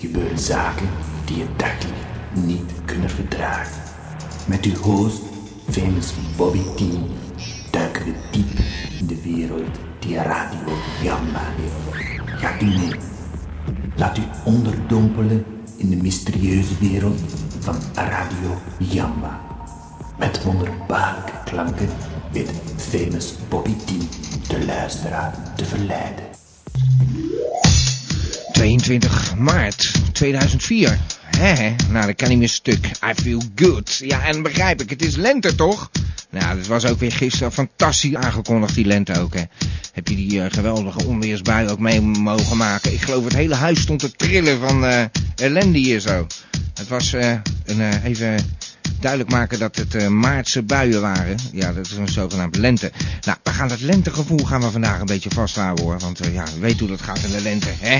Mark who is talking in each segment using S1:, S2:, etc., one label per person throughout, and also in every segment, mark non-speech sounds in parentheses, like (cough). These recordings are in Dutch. S1: gebeuren zaken die je dagelijks niet kunnen verdragen. Met uw host, famous Bobby T, duiken we diep in de wereld die Radio Gamma heeft. Gaat u mee? Laat u onderdompelen in de mysterieuze wereld van Radio Jamba. Met wonderbaarlijke klanken weet famous Bobby T de luisteraar te verleiden.
S2: 22 maart 2004. Hè, hè? nou dat kan niet meer stuk. I feel good. Ja, en begrijp ik, het is lente toch? Nou, dat was ook weer gisteren fantastisch aangekondigd, die lente ook, hè. Heb je die eh, geweldige onweersbui ook mee mogen maken? Ik geloof het hele huis stond te trillen van eh, ellende hier zo. Het was eh, een, eh, even duidelijk maken dat het eh, maartse buien waren. Ja, dat is een zogenaamd lente. Nou, we gaan dat lentegevoel gaan we vandaag een beetje vasthouden hoor. Want eh, ja, we weten hoe dat gaat in de lente, hè?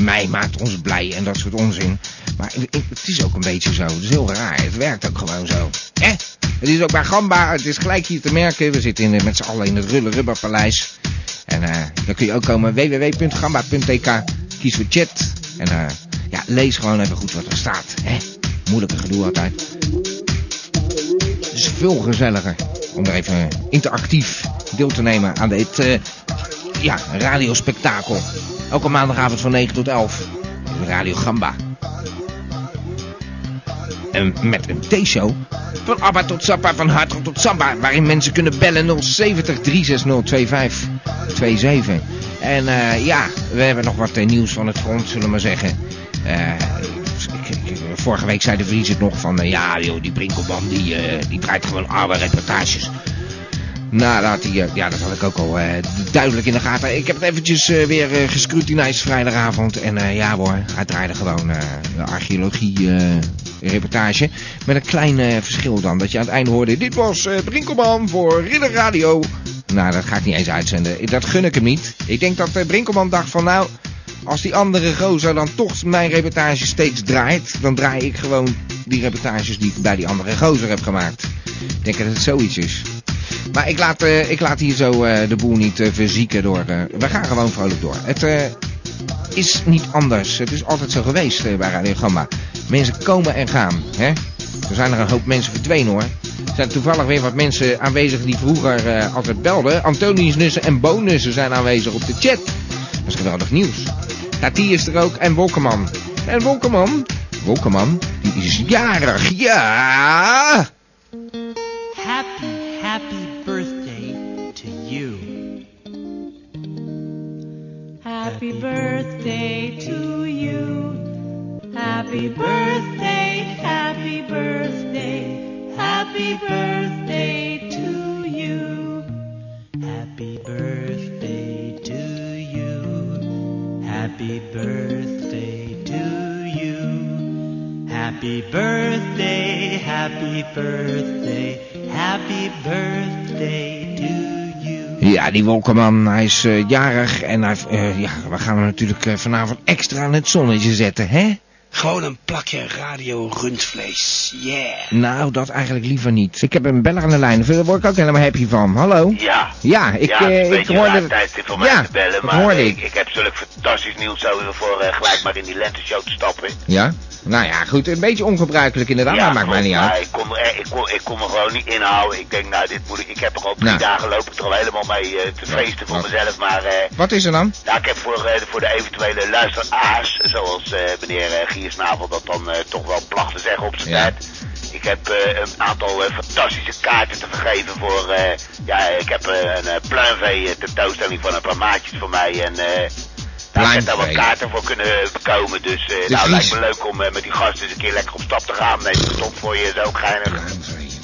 S2: Mei maakt ons blij en dat soort onzin. Maar ik- ik- het is ook een beetje zo. Het is heel raar. Het werkt ook gewoon zo. Hè? Het is ook bij Gamba. Het is gelijk hier te merken. We zitten in, eh, met z'n allen in het Rulle Rubberpaleis. En eh, dan kun je ook komen www.gamba.tk. Kies voor chat. En eh, ja, lees gewoon even goed wat er staat. Hè? Moeilijke gedoe altijd. Het is veel gezelliger om er even interactief deel te nemen aan dit eh ja, radiospektakel. Elke maandagavond van 9 tot 11. op Radio Gamba. En met een T-show. Van Abba tot Sappa, van Hartrop tot Samba. Waarin mensen kunnen bellen 070 360 2527. En eh, ja, we hebben nog wat eh, nieuws van het front, zullen we maar zeggen. Eh, ik- ik- vorige week zei de Vries het nog van... eh, ja, joh, die Brinkelman die, eh, die draait gewoon oude reportages. Nou, dat, die, eh, ja, dat had ik ook al eh, duidelijk in de gaten. Ik heb het eventjes eh, weer eh gescrutinized vrijdagavond. En eh, ja hoor, hij draaide gewoon eh, een archeologie-reportage. met een klein eh, verschil dan. Dat je aan het einde hoorde, dit was eh Brinkelman voor Ridder Radio. Nou, dat ga ik niet eens uitzenden. Dat gun ik hem niet. Ik denk dat eh, Brinkelman dacht van nou... Als die andere gozer dan toch mijn reportage steeds draait, dan draai ik gewoon die reportages die ik bij die andere gozer heb gemaakt. Ik denk dat het zoiets is. Maar ik laat, eh, ik laat hier zo eh, de boel niet eh, verzieken door. eh, we gaan gewoon vrolijk door. Het eh, is niet anders. Het is altijd zo geweest eh, bij Radio Gamma. Mensen komen en gaan. Hè? Er zijn er een hoop mensen verdwenen hoor. Er zijn toevallig weer wat mensen aanwezig die vroeger eh, altijd belden. Antonius Nussen en Bonussen zijn aanwezig op de chat. Dat is geweldig nieuws. Tati is er ook en Wolkeman. En Wolkeman, Wolkeman, die is jarig. Ja!
S3: Happy, happy birthday to you.
S4: Happy birthday to you. Happy birthday, happy birthday, happy birthday to you.
S3: Happy birthday to you. Happy birthday to you. Happy birthday, happy birthday, happy birthday to you.
S2: Ja, die Wolkerman, hij is eh, jarig en hij, eh, ja, we gaan hem natuurlijk eh, vanavond extra in het zonnetje zetten, hè?
S5: Gewoon een plakje radio rundvlees. Yeah.
S2: Nou, dat eigenlijk liever niet. Ik heb een beller aan de lijn, daar word ik ook helemaal happy van. Hallo?
S6: Ja.
S2: Ja, ik,
S6: ja,
S2: eh,
S6: het is een
S2: ik
S6: beetje
S2: hoorde...
S6: raar tijdstip voor mij
S2: ja,
S6: te bellen,
S2: dat
S6: maar
S2: hoorde
S6: ik,
S2: ik.
S6: ik heb zulk fantastisch nieuws over voor eh, gelijk maar in die lenteshow te stappen.
S2: Ja? Nou ja, goed, een beetje ongebruikelijk inderdaad, maar maakt mij
S6: klopt,
S2: niet
S6: maar
S2: uit.
S6: Ik kon, er- ik, kon, ik kon me gewoon niet inhouden. Ik denk, nou, dit moet ik. Ik heb er al drie
S2: Nou.
S6: dagen lopen er al helemaal mee eh, te feesten voor
S2: wat-
S6: mezelf. Maar eh,
S2: Wat is er dan?
S6: nou, ik heb voor, eh, voor de eventuele luisteraars, zoals eh, meneer eh, Giersnavel dat dan eh, toch wel placht te zeggen op zijn
S2: Ja.
S6: tijd. Ik heb eh, een aantal eh, fantastische kaarten te vergeven voor. eh, ja, ik heb eh, een eh pluimvee eh, tentoonstelling van een paar maatjes voor mij. En eh nou, ik heb daar wat
S2: Pluimvee.
S6: kaarten voor kunnen eh, komen. Dus eh nou,
S2: Vries.
S6: lijkt me leuk om eh, met die gasten eens een keer lekker op stap te gaan. Nee, stop voor je is ook geinig.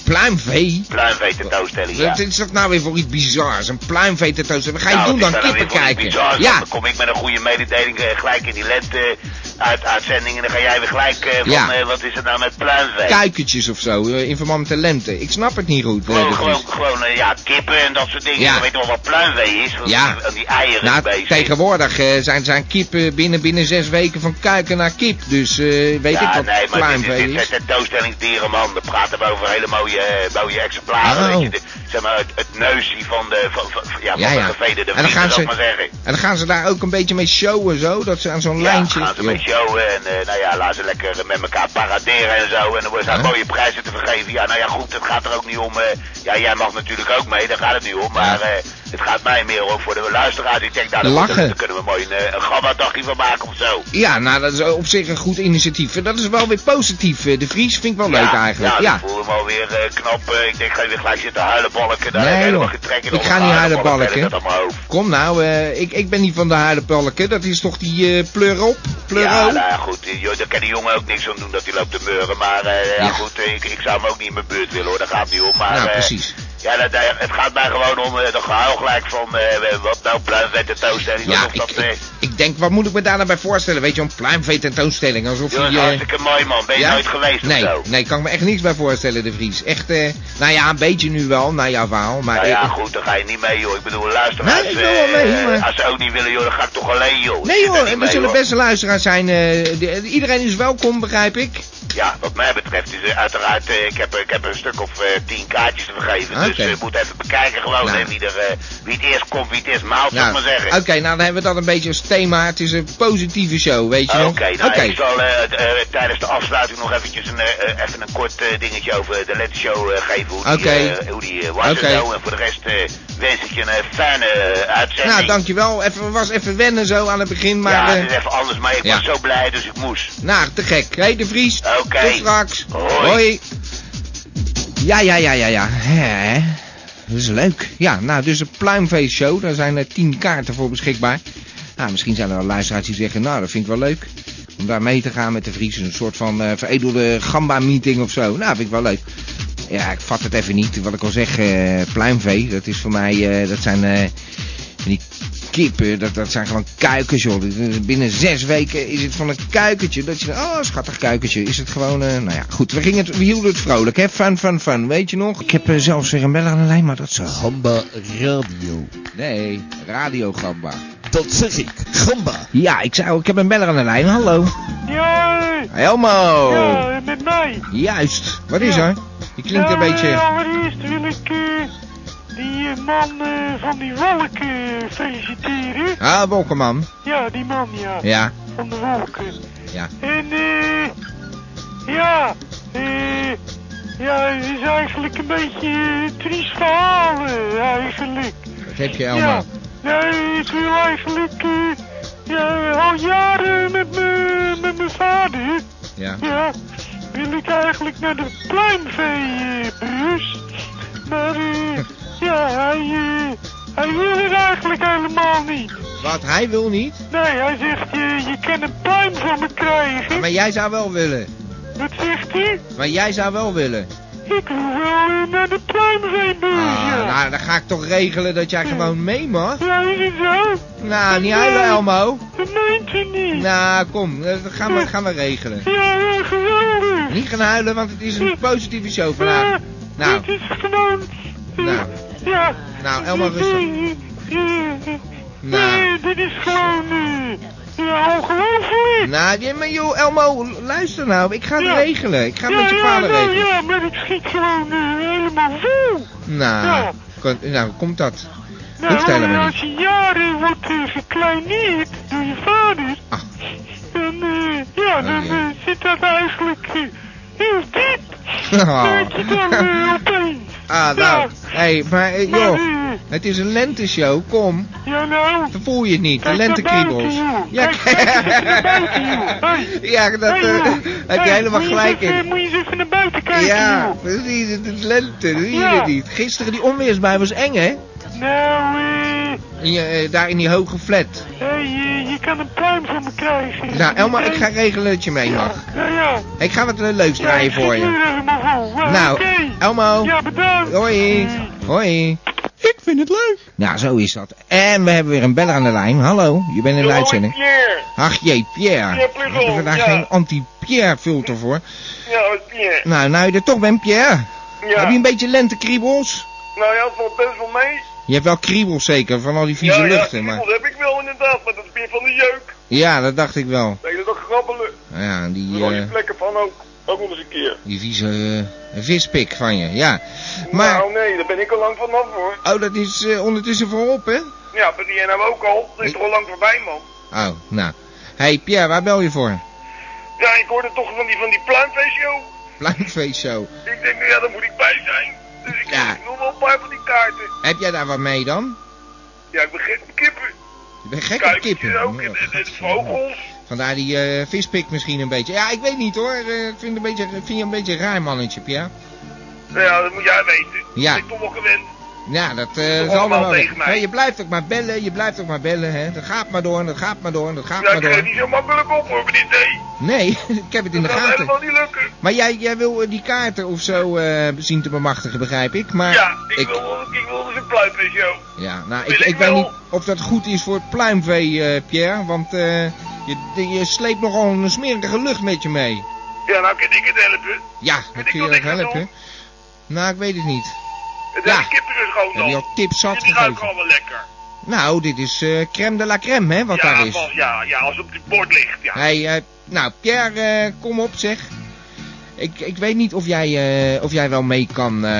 S2: Pluimvee?
S6: Pluimvee tentoonstelling. Ja.
S2: Wat is dat nou weer voor iets bizars? Een pluimvee tentoonstelling? Wat ga je
S6: Nou,
S2: doen
S6: het is
S2: dan?
S6: wel weer
S2: Kippen
S6: voor die
S2: kijken?
S6: bizar,
S2: ja.
S6: Dan kom ik met een goede mededeling eh, gelijk in die lente uit, uitzending. En dan ga jij weer gelijk eh, van,
S2: Ja.
S6: eh, wat is het nou met pluimvee?
S2: kuikentjes of zo, eh, in verband met de lente. Ik snap het niet goed. eh,
S6: Gewoon,
S2: de
S6: gewoon,
S2: Vries.
S6: gewoon, eh, ja, kippen en dat soort dingen.
S2: Ja.
S6: Je weet toch wat pluimvee is? Want
S2: Ja.
S6: die- Aan die eieren
S2: Nou,
S6: bezig.
S2: tegenwoordig eh, zijn, zijn kippen binnen, binnen zes weken van kuiken naar kip. Dus eh, weet ik
S6: ja,
S2: wat
S6: nee, maar dit, is-
S2: pluimvee
S6: dit
S2: is.
S6: zijn tentoonstellingsdieren, man. Dan praten we over hele mooie, eh, mooie exemplaren.
S2: Oh.
S6: Weet je. De- zeg maar, het, het neusje van de, van, van- van- ja, van
S2: Ja,
S6: de
S2: ja.
S6: gevederde
S2: En dan,
S6: vrienden,
S2: gaan
S6: zal
S2: ze,
S6: ik maar zeggen.
S2: en dan gaan ze daar ook een beetje mee showen zo. Dat ze aan zo'n
S6: Ja,
S2: lijntje...
S6: gaan ze een
S2: Joh.
S6: beetje showen en eh, nou ja, laten ze lekker met elkaar paraderen en zo. En dan worden ze aan
S2: Ja.
S6: mooie prijzen te vergeven. Ja, nou ja, goed, het gaat er ook niet om. eh, ja, jij mag natuurlijk ook mee, daar gaat het niet om. Maar eh, het gaat mij meer om voor de luisteraars. Ik denk, nou, daar
S2: Lachen.
S6: moeten we- daar kunnen we mooi een, eh, een gamma-dagje van maken of zo.
S2: Ja, nou, dat is op zich een goed initiatief. En Dat is wel weer positief. eh, De Vries vind ik wel leuk eigenlijk.
S6: Ja,
S2: Ja.
S6: ik voel hem alweer eh, knap. eh, ik denk, ga je weer gelijk zitten huilen, balken. Daar
S2: Nee,
S6: heb ik helemaal
S2: joh.
S6: geen trek in
S2: Ik
S6: om
S2: ga
S6: te
S2: niet
S6: huilen,
S2: huilenbalken.
S6: balken, Dat aan mijn hoofd.
S2: Kom nou, eh, ik, ik ben niet van de haardenpelken. Dat is toch die eh pleurop? Pleuro?
S6: Ja, nou ja, goed, eh, joh, daar kan die jongen ook niks aan doen dat hij loopt te meuren. Maar eh, ja,
S2: Ja.
S6: goed, eh, ik, ik zou hem ook niet in mijn buurt willen hoor, daar gaat het niet om. Maar,
S2: nou,
S6: eh,
S2: precies.
S6: Ja, dat, eh, het gaat mij gewoon om eh, dat gehuil gelijk van eh, wat nou pluimvet en toaststelling.
S2: Ja,
S6: of
S2: ik,
S6: dat, eh,
S2: ik, ik denk, wat moet ik me daar nou bij voorstellen? Weet je, een pluimvee tentoonstelling. Alsof
S6: joh,
S2: hij...
S6: een
S2: eh,
S6: hartstikke mooi man, ben je
S2: ja?
S6: nooit geweest
S2: nee,
S6: of zo?
S2: Nee, kan ik me echt niks bij voorstellen, de Vries. Echt, eh, nou ja, een beetje nu wel, na jouw verhaal. Maar
S6: Nou ja,
S2: eh,
S6: goed, daar ga je niet mee, joh. Ik bedoel, luisteraars,
S2: Nee, ik wil wel
S6: eh,
S2: mee, maar-
S6: als ze ook niet willen, joh, dan ga ik toch alleen, joh. Ik
S2: nee
S6: zit er
S2: hoor,
S6: niet
S2: we
S6: mee,
S2: zullen
S6: hoor.
S2: beste luisteraars zijn. eh, de- iedereen is welkom, begrijp ik.
S6: Ja, wat mij betreft is er uiteraard, eh, ik, heb, er- ik heb er een stuk of eh, tien kaartjes te vergeven. Dus
S2: Oké.
S6: eh, je moet even bekijken gewoon
S2: Nou.
S6: hè, wie, er, eh, wie het eerst komt, wie het eerst maalt, zal ik maar zeggen.
S2: oké, nou dan hebben we dat een beetje als thema. Het is een positieve show, weet je
S6: Oké,
S2: nog?
S6: nou ik zal eh, t- eh, tijdens de afsluiting nog eventjes een, eh, eh, even een kort eh, dingetje over de Let's Show eh, geven. Hoe die,
S2: Oké.
S6: eh, hoe die eh, was
S2: Oké.
S6: en zo. En voor de rest eh, wens ik je een eh, fijne eh, uitzending.
S2: Nou, dankjewel. Even, was even wennen zo aan het begin, maar...
S6: ja,
S2: eh,
S6: het is even anders, maar ik
S2: ja.
S6: was zo blij, dus ik moest.
S2: Nou, te gek. Hé, De Vries.
S6: Oké.
S2: Tot straks.
S6: Hoi.
S2: Ja, ja, ja, ja, ja. Hè? Dat is leuk. Ja, nou, dus een pluimfeestshow. Daar zijn er tien kaarten voor beschikbaar. Nou, misschien zijn er wel luisteraars die zeggen... Nou, dat vind ik wel leuk. Om daar mee te gaan met de Vries. Een soort van eh, veredelde gamba-meeting of zo. Nou, vind ik wel leuk. Ja, ik vat het even niet. Wat ik al zeg, eh, pluimvee. Dat is voor mij... eh, dat zijn... eh, van die kippen, dat, dat zijn gewoon kuikens, joh. Dit- Binnen zes weken is het van een kuikentje. Dat je, oh, schattig kuikentje. Is het gewoon, eh, nou ja, goed. We, gingen het, we hielden het vrolijk, hè. Fun, fun, fun. Weet je nog? Ik heb eh, zelfs weer een bel aan de lijn, maar dat eh, zo.
S7: Gamba Radio.
S2: Nee, Radio Gamba.
S7: Dat zeg ik. Gamba.
S2: Ja, ik zei, al, ik heb een beller aan de lijn. Hallo.
S8: Ja,
S2: Helmo.
S8: ja, met mij.
S2: Juist. Wat is er? Je Oh. klinkt een
S8: Ja, eh,
S2: beetje...
S8: Allereerst wil ik eh, die eh, man eh, van die wolk eh, feliciteren.
S2: Ah, Wolkerman.
S8: Ja, die man, ja.
S2: Ja,
S8: Van de wolken.
S2: ja.
S8: En eh. Ja, eh. Ja, het is eigenlijk een beetje eh, triest verhaal, eh, eigenlijk.
S2: Dat heb je,
S8: Ja,
S2: Elmo.
S8: nee, ik wil eigenlijk. eh, ja, al jaren met mijn met mijn vader.
S2: Ja.
S8: Ja, wil ik eigenlijk naar de pluimveebrus. maar eh, ja, hij, eh, hij wil het eigenlijk helemaal niet.
S2: Wat hij wil niet,
S8: Nee, hij zegt, eh, je, je kan een pluim van me krijgen.
S2: Ah, maar jij zou wel willen.
S8: Wat zegt hij?
S2: Maar jij zou wel willen.
S8: Ik wil wel eh, naar de pluimveebrus,
S2: Ah,
S8: ja.
S2: nou, dan ga ik toch regelen dat jij gewoon mee mag.
S8: Ja, is het zo?
S2: Nou, niet huilen, Elmo.
S8: Dat meent hij niet.
S2: Nou, kom, eh, dat gaan we, gaan we regelen.
S8: Ja, ja, geweldig.
S2: Niet gaan huilen, want het is een positieve show vandaag. Nou,
S8: Dit is gewoon...
S2: Nou.
S8: Ja. eh,
S2: Nou, Elma,
S8: Dit-
S2: rustig.
S8: dit- dit-
S2: Nou.
S8: Nee, dit is gewoon... eh, Ja, ongelooflijk.
S2: nou, ja, maar joh, Elmo, l- luister nou. Ik ga het
S8: Ja.
S2: regelen. Ik ga het
S8: ja,
S2: met je
S8: ja,
S2: vader
S8: nou,
S2: regelen.
S8: Ja, maar ik schiet gewoon eh, helemaal vol.
S2: Nou,
S8: Ja.
S2: kon- nou, hoe komt dat?
S8: Nou,
S2: Hoeft helemaal
S8: als
S2: niet.
S8: je jaren wordt eh, gekleineerd door je vader...
S2: Ah. Oh,
S8: Dan, eh, ja, dan
S2: ja.
S8: eh, zit dat eigenlijk eh, heel diep.
S2: Oh.
S8: Weet je dan eh, opeens.
S2: Ah, nou. Hé, maar eh,
S8: Maar,
S2: joh,
S8: eh,
S2: het is een lenteshow. Kom,
S8: ja, nou...
S2: dan voel je het niet. De
S8: Kijk naar
S2: lentekriebels. (laughs)
S8: buiten, joh.
S2: Ja,
S8: Kijk, kijk eens naar buiten, joh. Hey.
S2: ja, dat
S8: Hey,
S2: eh,
S8: joh.
S2: (laughs) heb je
S8: Hey,
S2: helemaal
S8: moet
S2: gelijk
S8: eens
S2: in.
S8: even- Moet je eens even naar buiten kijken,
S2: ja,
S8: joh.
S2: precies. Het is lente, dat zie je
S8: Ja.
S2: niet. Gisteren die onweersbui was eng, hè?
S8: Nou, eh...
S2: In je, eh, daar in die hoge flat.
S8: Hey, eh, je kan een pluim van me krijgen.
S2: Nou, Elma, ik ga regelen dat je mee mag.
S8: Ja, ja.
S2: Ik ga wat eh, leuks
S8: Ja,
S2: draaien
S8: ik
S2: voor
S8: zit nu
S2: je.
S8: helemaal vol. Ja,
S2: Nou,
S8: oké.
S2: Elmo.
S8: Ja, bedankt.
S2: Hoi.
S8: Eh,
S2: Hoi.
S7: Ik vind het leuk.
S2: Nou, zo is dat. En we hebben weer een beller aan de lijn. Hallo, je bent in de
S8: hoi,
S2: uitzending.
S8: Pierre.
S2: Ach jee, Pierre.
S8: Pierre
S2: We
S8: Plugal,
S2: hebben vandaag
S8: ja.
S2: geen anti-Pierre filter voor.
S8: Ja, hoi, Pierre.
S2: Nou, nou je er toch bent, Pierre.
S8: Ja.
S2: Heb je een beetje lentekriebels?
S8: Nou ja, het valt best wel mee.
S2: Je hebt wel kriebels zeker, van al die vieze
S8: ja,
S2: luchten.
S8: ja,
S2: Maar...
S8: dat heb ik wel inderdaad, maar dat is meer van de jeuk.
S2: Ja, dat dacht ik wel.
S8: Dat is toch grabbelen.
S2: Oh. Ja, die...
S8: Daar word
S2: eh,
S8: je plekken van ook.
S9: Ook nog eens een keer.
S2: Die vieze eh, vispik van je, ja. Maar,
S9: Nou nee, daar ben ik al lang vanaf hoor.
S2: oh, dat is eh, ondertussen voorop, hè?
S9: Ja, ben jij nou ook al? Dat is toch al lang voorbij man.
S2: Oh, nou. hey, Pierre, waar bel je voor?
S9: Ja, ik hoorde toch van die, van die pluimfeestshow.
S2: Pluimfeest zo.
S9: Ik denk, nou ja, daar moet ik bij zijn. Dus ik
S2: Ja.
S9: ik wil wel een paar van die kaarten.
S2: Heb jij daar wat mee dan?
S9: Ja, ik ben gek op kippen.
S2: Je bent gek op
S9: Kuikentjes
S2: kippen.
S9: ook en, en, (laughs) en vogels.
S2: Vandaar die eh vispik misschien een beetje. Ja, ik weet niet hoor. Eh, ik vind, een beetje, vind je een beetje een raar mannetje, Pierre.
S9: Nou ja, dat moet jij weten.
S2: Ja.
S9: Ik ben toch wel gewend.
S2: Ja, dat
S9: is
S2: eh is
S9: allemaal
S2: allemaal wel.
S9: tegen mij.
S2: Hey, je blijft ook maar bellen, je blijft ook maar bellen. Hè. Dat gaat maar door, dat gaat maar door, dat gaat
S9: Ja,
S2: maar
S9: ik geef
S2: door.
S9: niet zo makkelijk op hoor, meneer D.
S2: Nee, (laughs) ik heb het in de
S9: Dat gaat helemaal
S2: gaten.
S9: niet lukken.
S2: Maar jij, jij wil eh, die kaarten of zo eh, zien te bemachtigen, begrijp ik. Maar
S9: Ja, ik, wil, wel- ik wil dus een pluimfeestshow.
S2: Ja, nou,
S9: Wil
S2: ik,
S9: ik
S2: ik weet
S9: wel.
S2: niet of dat goed is voor het pluimvee, eh, Pierre. Want eh, je, je sleept nogal een smerige lucht met je mee.
S9: Ja, nou kan ik het helpen.
S2: Ja,
S9: ik
S2: dat kun je
S9: wel
S2: ook
S9: niks aan
S2: helpen.
S9: doen?
S2: Nou, ik weet het niet.
S9: Het
S2: Ja.
S9: zijn de kippen dus gewoon
S2: Heb je
S9: nog.
S2: al tips zat
S9: Die ruiken
S2: gegeven?
S9: gewoon wel lekker.
S2: Nou, dit is eh, crème de la crème, hè, wat
S9: ja,
S2: daar is.
S9: van- ja, ja, als het op het bord ligt, ja.
S2: Hey, eh, nou, Pierre, eh, kom op, zeg. Ik, ik weet niet of jij, eh, of jij wel mee kan. eh.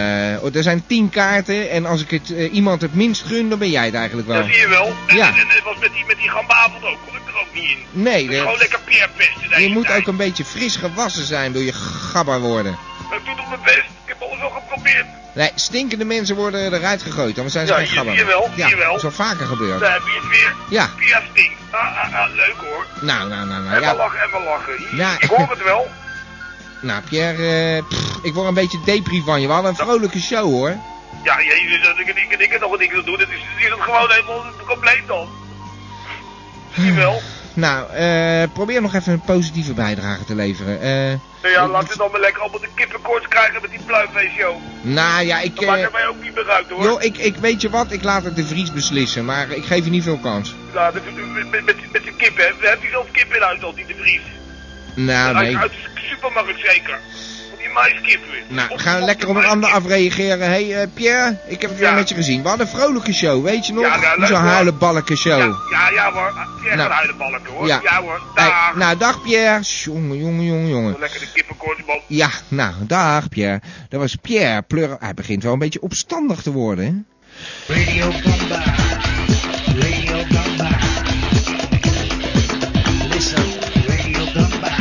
S2: Oh, er zijn tien kaarten en als ik het, eh, iemand het minst gun, dan ben jij het eigenlijk wel.
S9: Dat zie je wel. En,
S2: Ja.
S9: en, en het was met die, met die gambaavond ook, kon ik er ook niet in.
S2: Nee,
S9: Het is
S2: dat-
S9: gewoon lekker peerpesten. de
S2: je
S9: hele
S2: moet
S9: tijd.
S2: ook een beetje fris gewassen zijn, wil je gabber worden.
S9: Ik doe toch mijn best. Ik heb alles al geprobeerd.
S2: Nee, stinkende mensen worden eruit gegooid, anders zijn ze
S9: Ja,
S2: geen
S9: hier-
S2: gabber.
S9: hier wel,
S2: ja,
S9: hier wel.
S2: dat is al vaker gebeurd.
S9: Daar heb je het weer.
S2: Ja.
S9: Pia stinkt. Ah, ah, ah, leuk hoor.
S2: Nou, nou, nou, nou.
S9: Even
S2: Ja,
S9: lachen, even lachen.
S2: Ja.
S9: Ik hoor het wel.
S2: nou, Pierre, eh, pff, ik word een beetje depri van je. We hadden een vrolijke show, hoor.
S9: Ja, jezus, dat ik, ik, ik het nog niks aan doen. Dat is, is het gewoon helemaal een compleet dan. Zie je wel.
S2: (sighs) Nou, eh, probeer nog even een positieve bijdrage te leveren. Eh,
S9: Nou ja, laten we dan maar lekker allemaal de kippenkoorts krijgen met die pluimfeestshow.
S2: nou ja, ik...
S9: Dat maakt
S2: eh,
S9: het mij ook niet meer uit hoor.
S2: joh, ik, ik weet je wat, ik laat het de Vries beslissen, maar ik geef je niet veel kans.
S9: Ja, dat- met, met, met, met de kippen. hè. Heb je zelf kippen in huis al, die de Vries?
S2: Nou,
S9: uit,
S2: nee.
S9: uit de supermarkt zeker. Van Die maiskippen.
S2: Nou,
S9: Of-
S2: gaan
S9: of
S2: we lekker
S9: die
S2: op een ander
S9: maiskip.
S2: afreageren. Hé, hey, eh, Pierre, ik heb het weer
S9: Ja.
S2: met je gezien. We hadden een vrolijke show, weet je nog?
S9: Ja, ja, leuk,
S2: Zo'n
S9: hoor.
S2: huilenbalken show.
S9: Ja, ja, ja hoor. Jij
S2: Oh.
S9: gaat
S2: Nou.
S9: huilenbalken hoor.
S2: Ja.
S9: Ja, hoor.
S2: Hey,
S9: Daar.
S2: nou, dag Pierre. Jongen, jongen, jongen, jongen.
S9: Lekker de kippenkoorts man.
S2: Ja, nou, dag Pierre. Dat was Pierre Pleur. Hij begint wel een beetje opstandig te worden, hè?
S3: Radio Gamba. Radio Gamba. Listen, Radio Gamba.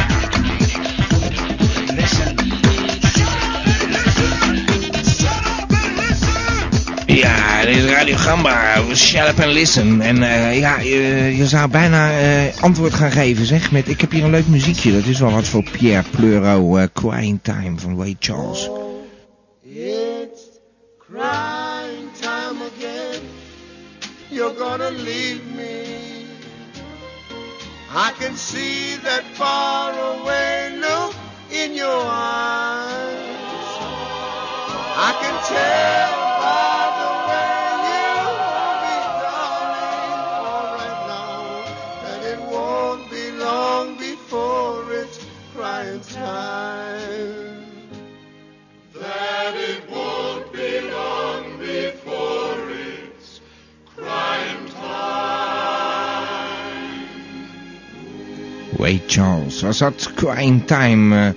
S3: Listen.
S2: Ja, dit is Radio Gamba. Shut up and listen. En eh, ja, je, je zou bijna eh, antwoord gaan geven, zeg. Met, ik heb hier een leuk muziekje. Dat is wel wat voor Pierre Pleuro. eh Crying Time van Ray Charles.
S10: It's crying time again. You're gonna leave me. I can see that far away look in your eyes. I can tell by the way you hold me, darling, all right now, that it won't be long before it's crying time. That it won't be long before it's crime time.
S2: Ray Charles. Was dat Crying Time? eh,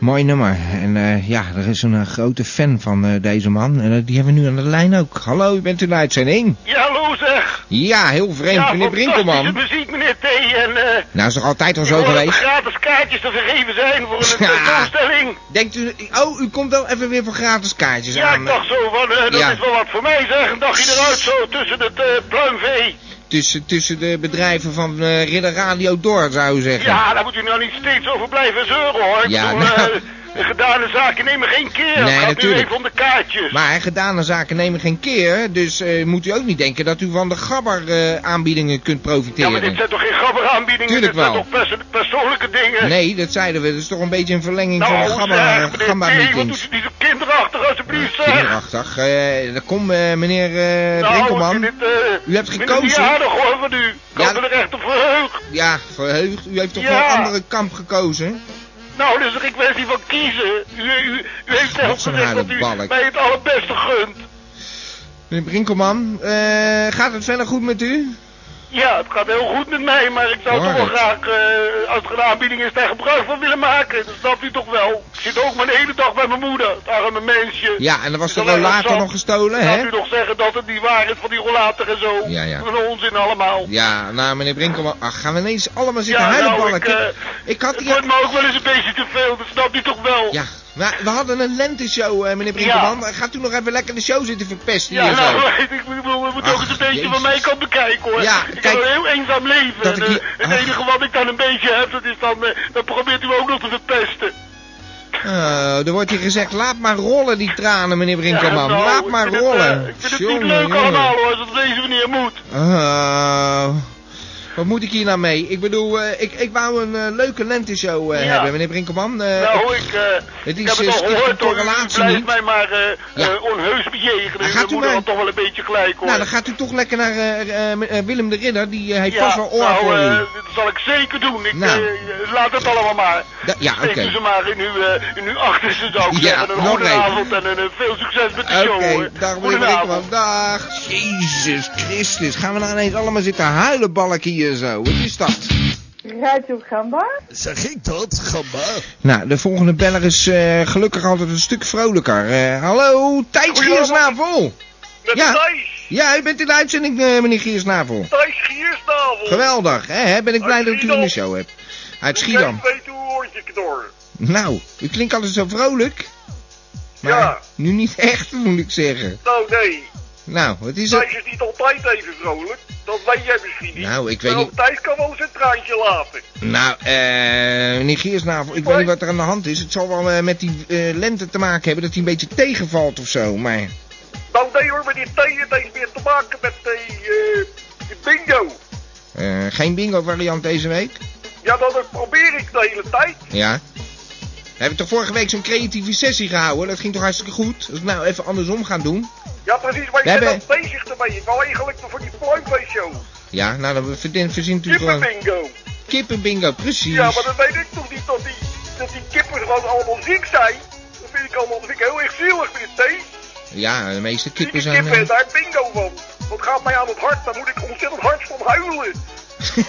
S2: mooi nummer. En eh, ja, er is een eh, grote fan van eh, deze man. En eh, die hebben we nu aan de lijn ook. Hallo, u bent in de uitzending?
S11: Ja, hallo zeg.
S2: Ja, heel vreemd,
S11: ja,
S2: meneer
S11: fantastische
S2: Brinkelman.
S11: muziek, meneer T. En eh
S2: Nou, is toch altijd al zo
S11: ik hoor dat er
S2: geweest?
S11: gratis kaartjes te vergeven zijn voor een
S2: (laughs)
S11: (laughs)
S2: Ja.
S11: tentoonstelling.
S2: Denkt u, oh, u komt wel even weer voor gratis kaartjes
S11: Ja,
S2: aan.
S11: ik dacht zo, van, eh, dat
S2: Ja.
S11: is wel wat voor mij zeg. Een dagje eruit zo tussen het eh, pluimvee.
S2: Tussen, tussen de bedrijven van eh, Ridder Radio Door, zou u zeggen.
S11: Ja, daar moet u nou niet steeds over blijven zeuren hoor. Ik
S2: Ja,
S11: bedoel,
S2: nou.
S11: eh, de gedane zaken nemen geen keer.
S2: Nee,
S11: het gaat nu
S2: natuurlijk.
S11: even om de kaartjes.
S2: Maar gedane zaken nemen geen keer, dus eh, moet u ook niet denken dat u van de gabber eh, aanbiedingen kunt
S11: ja,
S2: profiteren.
S11: maar dit zijn toch geen grappige aanbiedingen?
S2: Tuurlijk
S11: dit zijn
S2: wel.
S11: toch pers- persoonlijke dingen?
S2: Nee, dat zeiden we. Dat is toch een beetje een verlenging
S11: Nou,
S2: van de gabber, eh,
S11: zeg, meneer
S2: gabber
S11: T, wat
S2: meetings.
S11: Die zijn kinderachtig alsjeblieft zeg.
S2: Kinderachtig. Eh, dan kom eh, meneer eh
S11: Nou,
S2: Brinkelman.
S11: dit, eh,
S2: U hebt
S11: dit
S2: gekozen.
S11: is niet aardig hoor van u. Ik
S2: Ja,
S11: had me er echt op verheugd.
S2: Ja, verheugd. U heeft toch
S11: Ja.
S2: wel een andere kamp gekozen?
S11: Nou, dus ik wens niet van kiezen. U, u, u heeft
S2: Wat
S11: zelf
S2: een
S11: gezegd dat
S2: aardige
S11: u
S2: balk.
S11: mij het allerbeste gunt.
S2: Meneer Brinkelman, eh, gaat het verder goed met u?
S11: Ja, het gaat heel goed met mij, maar ik zou
S2: Hoor
S11: toch wel
S2: ik.
S11: graag, eh, als er een aanbieding is, daar gebruik van willen maken. Dus Dat snapt u toch wel? Ik zit ook maar de hele dag bij mijn moeder, het arme mensje. Dus
S2: Ja, en dan was
S11: Ik
S2: de
S11: kan alleen
S2: rollator
S11: zand.
S2: nog gestolen,
S11: Gaat
S2: hè?
S11: u nog zeggen dat het niet waar is van die rollator en zo?
S2: Ja, ja.
S11: Wat een onzin allemaal.
S2: Ja, nou meneer Brinkelman, ach, gaan we ineens allemaal zitten huilen,
S11: nou, ik,
S2: balken?
S11: eh,
S2: had
S11: het wordt me ook wel eens een beetje te veel, dus dat snapt u toch wel?
S2: Ja, maar we hadden een lenteshow, eh, meneer Brinkelman. Gaat u nog even lekker de show zitten verpesten
S11: Ja,
S2: hier zo?
S11: nou, weet ik, ik bedoel, we moeten ook eens een beetje van mijn kant bekijken, hoor.
S2: Ja,
S11: ik
S2: kijk.
S11: heb een heel eenzaam leven.
S2: Dat
S11: en,
S2: ik
S11: eh,
S2: hier-
S11: het enige wat ik dan een beetje heb, dat is dan, eh, dat probeert u me ook nog te verpesten.
S2: Oh, er wordt hier gezegd, laat maar rollen die tranen, meneer Brinkelman.
S11: Ja, nou,
S2: laat
S11: ik
S2: maar
S11: vind het,
S2: rollen.
S11: eh, ik vind het niet
S2: Jongen,
S11: leuk
S2: jongen.
S11: allemaal, hoor, als het op deze manier moet.
S2: Oh, wat moet ik hier nou mee? Ik bedoel, eh, ik, ik wou een eh, leuke lenteshow eh,
S11: Ja.
S2: hebben, meneer Brinkelman. Eh,
S11: nou, ik, eh,
S2: het
S11: ik
S2: is,
S11: heb het
S2: eh,
S11: al
S2: stichting
S11: gehoord, hoor. dus U
S2: Correlatie
S11: blijft
S2: niet.
S11: mij maar eh eh, onheus bejegenen.
S2: gaat
S11: Uw
S2: u
S11: moeder
S2: maar-
S11: had toch wel een beetje gelijk, hoor.
S2: Nou, dan gaat u toch lekker naar eh, eh, eh, Willem de Ridder. Die eh, heeft
S11: ja,
S2: vast wel oor
S11: nou,
S2: voor u.
S11: eh, dat zal ik zeker doen. Ik,
S2: Nou.
S11: eh, laat het allemaal maar.
S2: Da- ja,
S11: Steek
S2: oké.
S11: u ze maar in uw, eh, in uw achterste, zou ik
S2: Ja,
S11: zeggen. Een
S2: nog
S11: goede
S2: even.
S11: avond en een, eh, veel succes met de
S2: Oké,
S11: show, hoor.
S2: dag meneer
S11: Goedenavond.
S2: Brinkman, dag. Jezus Christus, gaan we nou ineens allemaal zitten huilen, balken hier zo? Wat is dat?
S12: Radio Gamba?
S7: Zeg ik dat, gamba?
S2: Nou, de volgende beller is eh, gelukkig altijd een stuk vrolijker. Eh, hallo, Thijs Giersnavel.
S9: Met
S2: ja.
S9: Thijs.
S2: Ja, u bent in de uitzending, eh, meneer Giersnavel.
S9: Thijs Giersnavel.
S2: Geweldig, hè? hè? Ben ik blij
S9: Uit
S2: dat u in
S9: Schiedam.
S2: de show hebt. Uit
S9: Ik
S2: Schiedam.
S9: weet hoe hoort je knor.
S2: Nou, u klinkt altijd zo vrolijk. Maar
S9: Ja.
S2: nu niet echt, moet ik zeggen.
S9: Nou, nee.
S2: Nou, wat is
S9: Thijs
S2: het?
S9: is niet altijd even vrolijk. Dat weet jij misschien niet.
S2: Nou, ik weet
S9: Maar
S2: niet-
S9: Thijs kan wel eens een traantje laten.
S2: Nou, eh, meneer Giersnavel, ik weet niet wat er aan de hand is. Het zal wel eh, met die eh, lente te maken hebben dat hij een beetje tegenvalt of zo. Maar
S9: Nou, nee hoor, maar die thee het heeft meer te maken met die, eh, die bingo.
S2: eh, geen bingo-variant deze week.
S9: Ja, dat probeer ik de hele tijd.
S2: Ja. We hebben toch vorige week zo'n creatieve sessie gehouden? Dat ging toch hartstikke goed? Als we het nou even andersom gaan doen.
S9: Ja, precies, maar
S2: We
S9: ik ben
S2: hebben-
S9: al bezig ermee. Ik wou eigenlijk nog voor die pluimveeshow.
S2: Ja, nou, dan verzint, verzint u gewoon...
S9: Kippenbingo.
S2: Kippenbingo, precies.
S9: Ja, maar dan weet ik toch niet dat die, dat die kippen gewoon allemaal ziek zijn. Dat vind ik allemaal dat vind ik heel erg zielig met die thee.
S2: Ja, de meeste kippen
S9: Die
S2: zijn...
S9: kippen,
S2: eh,
S9: daar bingo van. Dat gaat mij aan het hart, daar moet ik ontzettend hard van huilen.
S2: (laughs) dat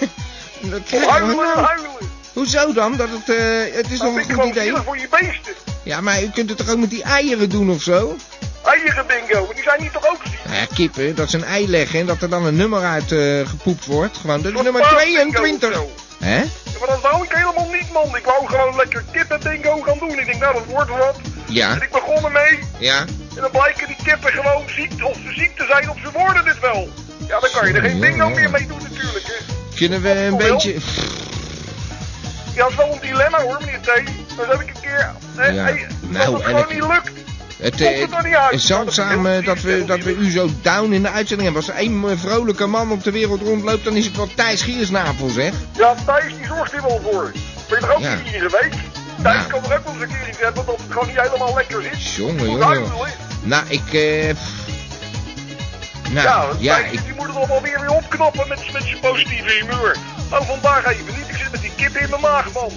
S9: Van
S2: krijgen
S9: huilen,
S2: we nou.
S9: huilen.
S2: Hoezo dan? Dat het, eh, het is
S9: Dat vind ik
S2: nog een goed
S9: gewoon
S2: idee.
S9: zielig voor je beesten.
S2: Ja, maar u kunt het toch ook met die eieren doen of zo?
S9: Eieren bingo, maar die zijn niet toch ook ziek?
S2: Nou ja, kippen, dat ze een ei leggen en dat er dan een nummer uit eh, gepoept wordt. Gewoon, dat is
S9: Wat
S2: nummer
S9: paas bingo
S2: 22.
S9: of
S2: Hè?
S9: Ja, maar dat wou ik helemaal niet, man. Ik wou gewoon lekker kippen bingo gaan doen. Ik denk, nou, dat wordt wat.
S2: Ja,
S9: En ik begon ermee.
S2: ja.
S9: En dan blijken die kippen gewoon ziek, of ze ziek te zijn, of ze worden dit wel. Ja, dan kan je er geen bingo meer mee doen natuurlijk, hè.
S2: Kunnen we een
S9: wel.
S2: beetje...
S9: Ja, dat is wel een dilemma hoor, meneer T. Dat heb ik een keer... Hè,
S2: Ja,
S9: hey,
S2: nou,
S9: dat het
S2: en
S9: gewoon
S2: ik-
S9: niet lukt.
S2: Het
S9: Komt het
S2: eh,
S9: er niet uit?
S2: is zeldzaam eh, dat we, dat we u zo down in de uitzending hebben. Als er één eh, vrolijke man op de wereld rondloopt, dan is het wel Thijs Giersnavel, zeg.
S9: Ja, Thijs die zorgt hier wel voor. Ben je er ook
S2: Ja. Nou.
S9: niet iedere week? Thijs kan er ook wel eens een keer iets hebben dat het gewoon niet helemaal lekker zit.
S2: Jongen,
S9: Moet
S2: jongen.
S9: huilen, hè.
S2: Nou, ik... eh, pff.
S9: ja,
S2: nou, ja,
S9: Thijs,
S2: ik...
S9: die moet het allemaal weer weer opknappen met, met zijn positieve humeur. Nou, vandaag even niet. Ik zit met die kippen in mijn maag, man.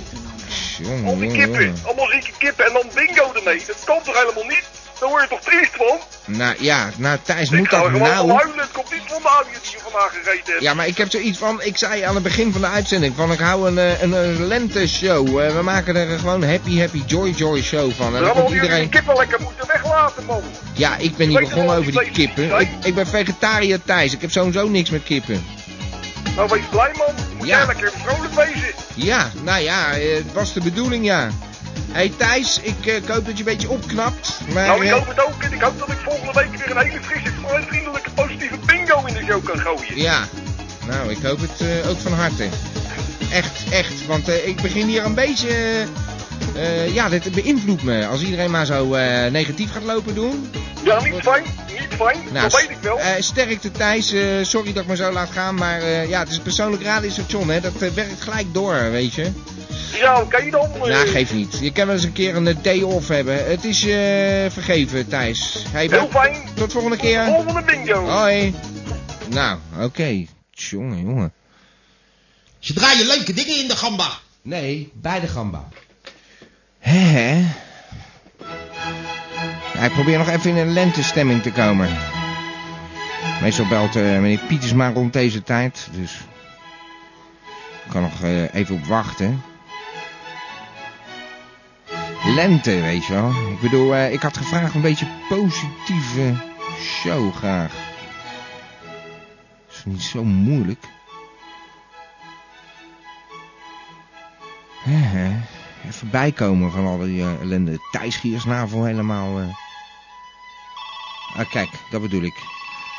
S2: Jongen,
S9: Al die
S2: jongen,
S9: kippen.
S2: jongen.
S9: Allemaal zieke kippen. En dan bingo ermee. Dat kan toch helemaal niet? Daar word je toch triest van?
S2: Nou, ja, nou, Thijs
S9: ik
S2: moet
S9: ga
S2: dat
S9: er gewoon van
S2: nou...
S9: huilen. Het komt niet van de die je vandaag gegeten hebt.
S2: Ja, maar ik heb zoiets van, ik zei aan het begin van de uitzending, van ik hou een, eh, een, eh, lente-show. Eh, we maken er eh, gewoon een happy, happy, joy, joy show van.
S9: Dan
S2: En dan
S9: hadden
S2: komt
S9: jullie die
S2: iedereen...
S9: kippen lekker moeten weglaten, man.
S2: Ja, ik ben niet
S9: Weet je
S2: begonnen
S9: wel,
S2: over
S9: die
S2: die kippen. Ik, ik ben vegetariër Thijs, ik heb sowieso niks met kippen.
S9: Nou, wees blij, man. Je Moet
S2: Ja.
S9: jij lekker vrolijk wezen.
S2: Ja, nou ja, eh, het was de bedoeling, ja. Hé hey, Thijs, ik, eh, ik hoop dat je een beetje opknapt. Maar,
S9: nou, ik
S2: eh,
S9: hoop het ook. En ik hoop dat ik volgende week weer een hele frisse, vriendelijke, positieve bingo in de show kan gooien.
S2: Ja, nou, ik hoop het eh, ook van harte. Echt, echt, want eh, ik begin hier een beetje... eh, eh, ja, dit beïnvloedt me. Als iedereen maar zo eh, negatief gaat lopen doen.
S9: Ja, niet fijn. Niet fijn.
S2: Nou,
S9: dat weet ik wel.
S2: eh, sterkte Thijs, eh, sorry dat ik me zo laat gaan, maar eh, ja, het is een persoonlijk radiostation, hè. Dat eh, werkt gelijk door, weet je.
S9: ja, oké dan. eh,
S2: Nou, geef niet. Je kan wel eens een keer een eh, day off hebben. Het is eh, vergeven, Thijs. Hey,
S9: Heel
S2: wel-
S9: fijn.
S2: Tot volgende keer.
S9: Volgende bingo.
S2: Hoi. Nou, oké. Jongen, jongen.
S7: Ze draaien leuke dingen in de gamba.
S2: Nee, bij de gamba. Hè, hè? Ja, ik probeer nog even in een lentestemming te komen. Meestal belt eh, meneer Pieters maar rond deze tijd. Dus ik kan nog eh, even op wachten. Lente, weet je wel. Ik bedoel, eh, ik had gevraagd een beetje positieve show graag. is niet zo moeilijk. Hè, hè. Even bijkomen van al die eh, ellende. Thijs Giersnavel helemaal... eh. Ah, kijk, dat bedoel ik.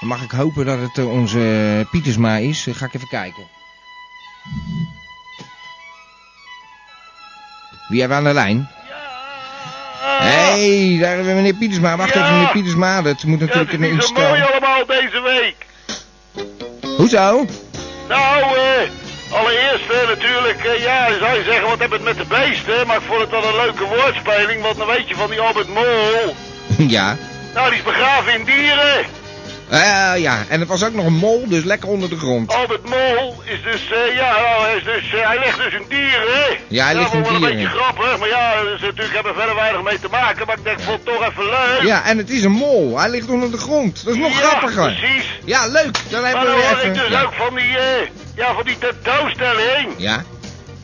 S2: Dan mag ik hopen dat het eh, onze Pietersma is. Eh, ga ik even kijken. Wie hebben we aan de lijn? Hé, hey, daar hebben we meneer Pietersma. Wacht even, meneer Pietersma. Dat moet natuurlijk een
S11: Niet zo mooi
S2: instel.
S11: allemaal deze week.
S2: Hoezo? (laughs)
S11: Nou, eh, allereerst eh, natuurlijk, eh, ja, je zou je zeggen, wat heb het met de beesten? Maar ik vond het wel een leuke woordspeling, want dan weet je van die Albert Mol.
S2: ja.
S11: Nou, die is begraven in dieren.
S2: Eh, ja, en het was ook nog een mol, dus lekker onder de grond.
S11: Albert Mol is dus, eh, ja, nou, hij is dus, eh, hij ligt dus in dieren.
S2: Ja, hij
S11: Nou,
S2: ligt
S11: vond
S2: in
S11: ik wel een
S2: dieren.
S11: beetje grappig, maar ja, dat is natuurlijk hebben we verder weinig mee te maken, maar ik denk, ik vond het toch even leuk.
S2: Ja, en het is een mol. Hij ligt onder de grond. Dat is nog
S11: Ja,
S2: grappiger.
S11: precies.
S2: Ja, leuk. Dan
S11: maar
S2: hebben
S11: dan
S2: we
S11: hoor
S2: weer
S11: ik
S2: even...
S11: dus
S2: ja.
S11: ook van die, eh, ja, van die tentoonstelling.
S2: ja,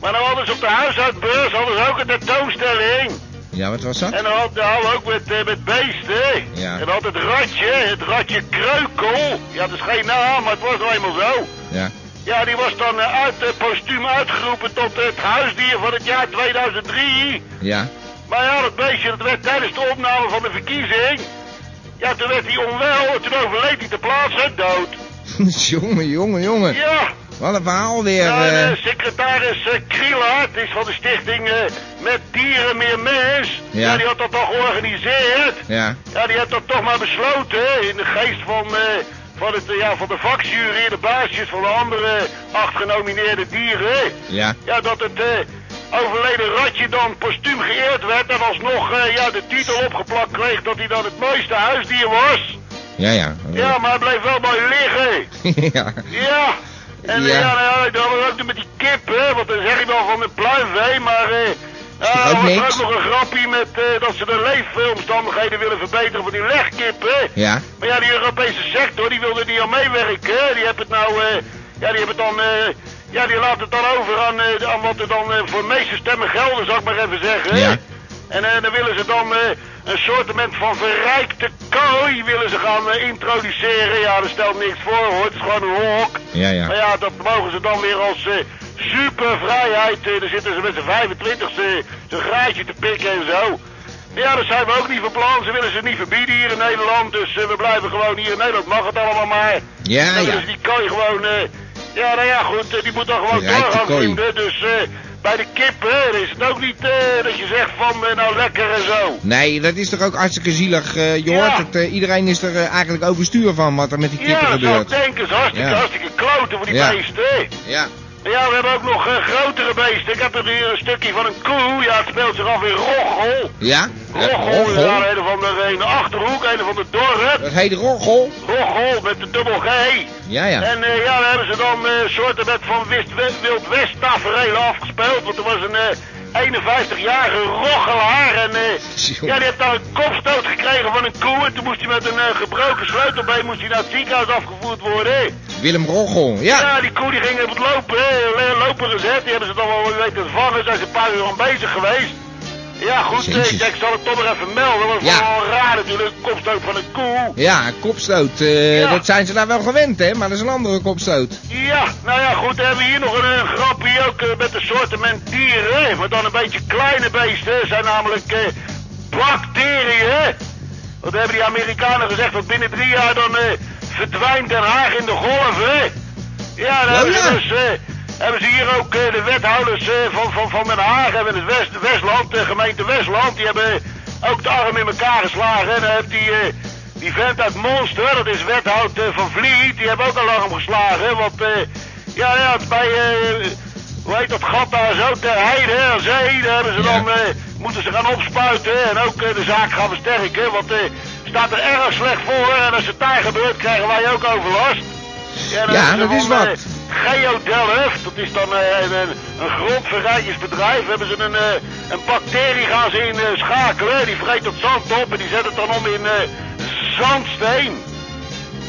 S11: Maar dan hadden ze op de huishoudbeurs hadden ze ook een tentoonstelling.
S2: ja, wat was dat?
S11: En dan had nou, ook met, eh, met beesten.
S2: Ja.
S11: En dan had het ratje, het ratje Kreukel. Ja, dat is geen naam, maar het was nou eenmaal zo.
S2: Ja.
S11: Ja, die was dan eh, uit, eh, postuum uitgeroepen tot het huisdier van het jaar 2003.
S2: Ja. (laughs)
S11: Maar ja, dat beestje dat werd tijdens de opname van de verkiezing. Ja, toen werd hij onwel en toen overleed hij ter plaatse dood.
S2: jongen, jongen, jongen.
S11: Ja.
S2: Wat een verhaal weer.
S11: Nou, en,
S2: eh.
S11: eh, secretaris eh, Krielaert is van de stichting eh, Met Dieren Meer Mens.
S2: Ja.
S11: die had dat al georganiseerd.
S2: Ja.
S11: Ja, die heeft dat toch maar besloten in de geest van, eh, van, het, eh, ja, van de vakjury, de baasjes van de andere acht genomineerde dieren.
S2: Ja.
S11: Ja, dat het eh, overleden ratje dan postuum geëerd werd en alsnog eh, ja, de titel opgeplakt kreeg dat hij dan het mooiste huisdier was.
S2: Ja, ja. (laughs)
S11: Ja, maar hij bleef wel bij liggen.
S2: ja.
S11: Ja. En eh,
S2: Ja.
S11: ja, nou ja, dan ook met die kip, hè, want dan zeg ik wel van de pluimvee, maar... eh
S2: toch
S11: ja,
S2: ook
S11: dan was er
S2: niks?
S11: ook nog een grapje met eh, dat ze de leefomstandigheden willen verbeteren van die legkippen.
S2: Ja.
S11: Maar ja, die Europese sector, die wilde niet aan meewerken. hè. Die hebben het nou, eh, ja, die hebben het dan, eh, ja, die laat het dan over aan, eh, aan wat er dan eh, voor de meeste stemmen gelden, zou ik maar even zeggen. hè.
S2: Ja.
S11: En eh, dan willen ze dan eh, een soortement van verrijkte kooi willen ze gaan eh, introduceren. Ja, dat stelt niks voor hoor, het is gewoon een hok.
S2: Ja, ja.
S11: Maar ja, dat mogen ze dan weer als eh, supervrijheid. eh, dan zitten ze met z'n 25ste zo'n graadje te pikken en zo. Maar Ja, dat zijn we ook niet van plan. Ze willen ze niet verbieden hier in Nederland. Dus eh, we blijven gewoon hier in Nederland. Mag het allemaal maar.
S2: Ja,
S11: Dan
S2: ja.
S11: willen ze die kooi gewoon... eh, ja, nou ja, goed. eh, die moet dan gewoon
S2: Verrijkte
S11: doorgaan,
S2: kooi.
S11: vrienden. Dus eh, bij de kip, hè, is het ook niet eh, dat je zegt van... eh, nou, lekker en zo.
S2: Nee, dat is toch ook hartstikke zielig. eh, je hoort het, eh, iedereen is er eh, eigenlijk overstuur van wat er met die kippen
S11: ja, dat zou ik
S2: gebeurt.
S11: denken. Het is hartstikke,
S2: Ja.
S11: hartstikke kloten voor die
S2: Ja.
S11: beesten.
S2: Ja.
S11: Maar ja, we hebben ook nog eh, grotere beesten. Ik heb er hier een stukje van een koe. Ja, het speelt zich af in Roggel.
S2: Ja?
S11: Roggel is daar een of andere in de Achterhoek, een of ander dorp.
S2: Dat heet Roggel?
S11: Roggel, met de dubbel G.
S2: Ja, ja.
S11: En eh, ja, daar hebben ze dan eh soorten met van Wist- West- Wild West tafereelen afgespeeld. Want er was een eh, 51-jarige roggelaar. En eh, ja, die heeft daar een kopstoot gekregen van een koe. En toen moest hij met een eh, gebroken sleutelbeen moest hij naar het ziekenhuis afgevoerd worden.
S2: Willem Roggel, ja.
S11: die koe die ging even lopen, hè. Le- lopen gezet. Die hebben ze dan wel weten te vangen. Zijn ze een paar uur aan bezig geweest. Ja, goed, eh, ik denk, ik zal het toch maar even melden. Want het
S2: Ja.
S11: is wel raar natuurlijk, kopstoot van een koe.
S2: Ja, kopstoot. eh, Dat zijn ze daar wel gewend, hè? Maar dat is een andere kopstoot.
S11: Ja, nou ja, goed, dan hebben we hier nog een, eh, grapje ook eh, met de soortement dieren. Maar dan een beetje kleine beesten, zijn namelijk eh, bacteriën. Want hebben die Amerikanen gezegd dat binnen drie jaar dan eh, verdwijnt Den Haag in de golven. Ja, dan hebben ze dus... eh, hebben ze hier ook eh, de wethouders eh, van, van, van Den Haag hebben het West, Westland, de gemeente Westland, die hebben eh, ook de arm in elkaar geslagen. En dan heeft die, eh, die vent uit Monster, dat is wethouder eh, van Vliet, die hebben ook al arm geslagen. Want eh, ja, ja, bij, eh, hoe heet dat gat daar zo, ter heide, hè, aan zee, daar hebben ze dan, eh, moeten ze gaan opspuiten en ook eh, de zaak gaan versterken. Want eh staat er erg slecht voor en als het daar gebeurt krijgen wij ook overlast. Ja, dan
S2: Ja,
S11: hebben ze
S2: dat is
S11: van,
S2: wat.
S11: eh, Geo Delft, dat is dan eh, een, een, een grondverrijkingsbedrijf. Hebben ze een, eh, een bacterie gaan ze in eh, schakelen. Die vreet dat zand op en die zet het dan om in eh, zandsteen.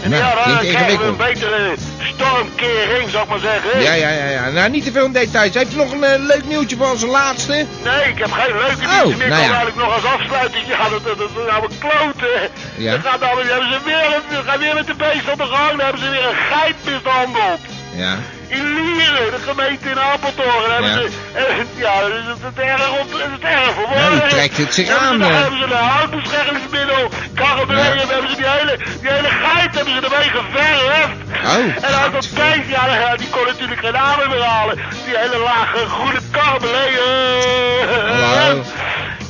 S11: En
S2: Nou,
S11: ja, dan
S2: klinkt
S11: krijgen we een
S2: ingewikkeld.
S11: betere stormkering, zou ik maar zeggen.
S2: Ja, ja, ja, ja. Nou, niet te veel in details. Heeft u nog een eh, leuk nieuwtje voor onze laatste?
S11: Nee, ik heb geen leuke
S2: Oh,
S11: nieuws meer. Ik
S2: nou
S11: wil
S2: ja.
S11: eigenlijk nog als afsluiting. Ja, dat, dat, dat is nou een klote.
S2: Ja.
S11: Dan gaan, dan, hebben ze nou weer, dan gaan weer met de beest aan de gang. Dan hebben ze weer een geit mishandeld.
S2: Ja.
S11: In Lieren, de gemeente in Apeldoorn. Hebben
S2: Ja.
S11: ze, eh, ja, dat is het, het erg op het erg verworren.
S2: Nou, trekt het zich
S11: Hebben ze-
S2: aan,
S11: dan
S2: hè.
S11: hebben ze een houtbeschermingsmiddel, karren beneden, dan hebben ze die hele, die hele geit hebben ze ermee geverfd.
S2: Oh.
S11: En uit dat tijd, ja, dan- die kon natuurlijk geen adem meer halen. Die hele lage groene kar beneden.
S2: Hallo.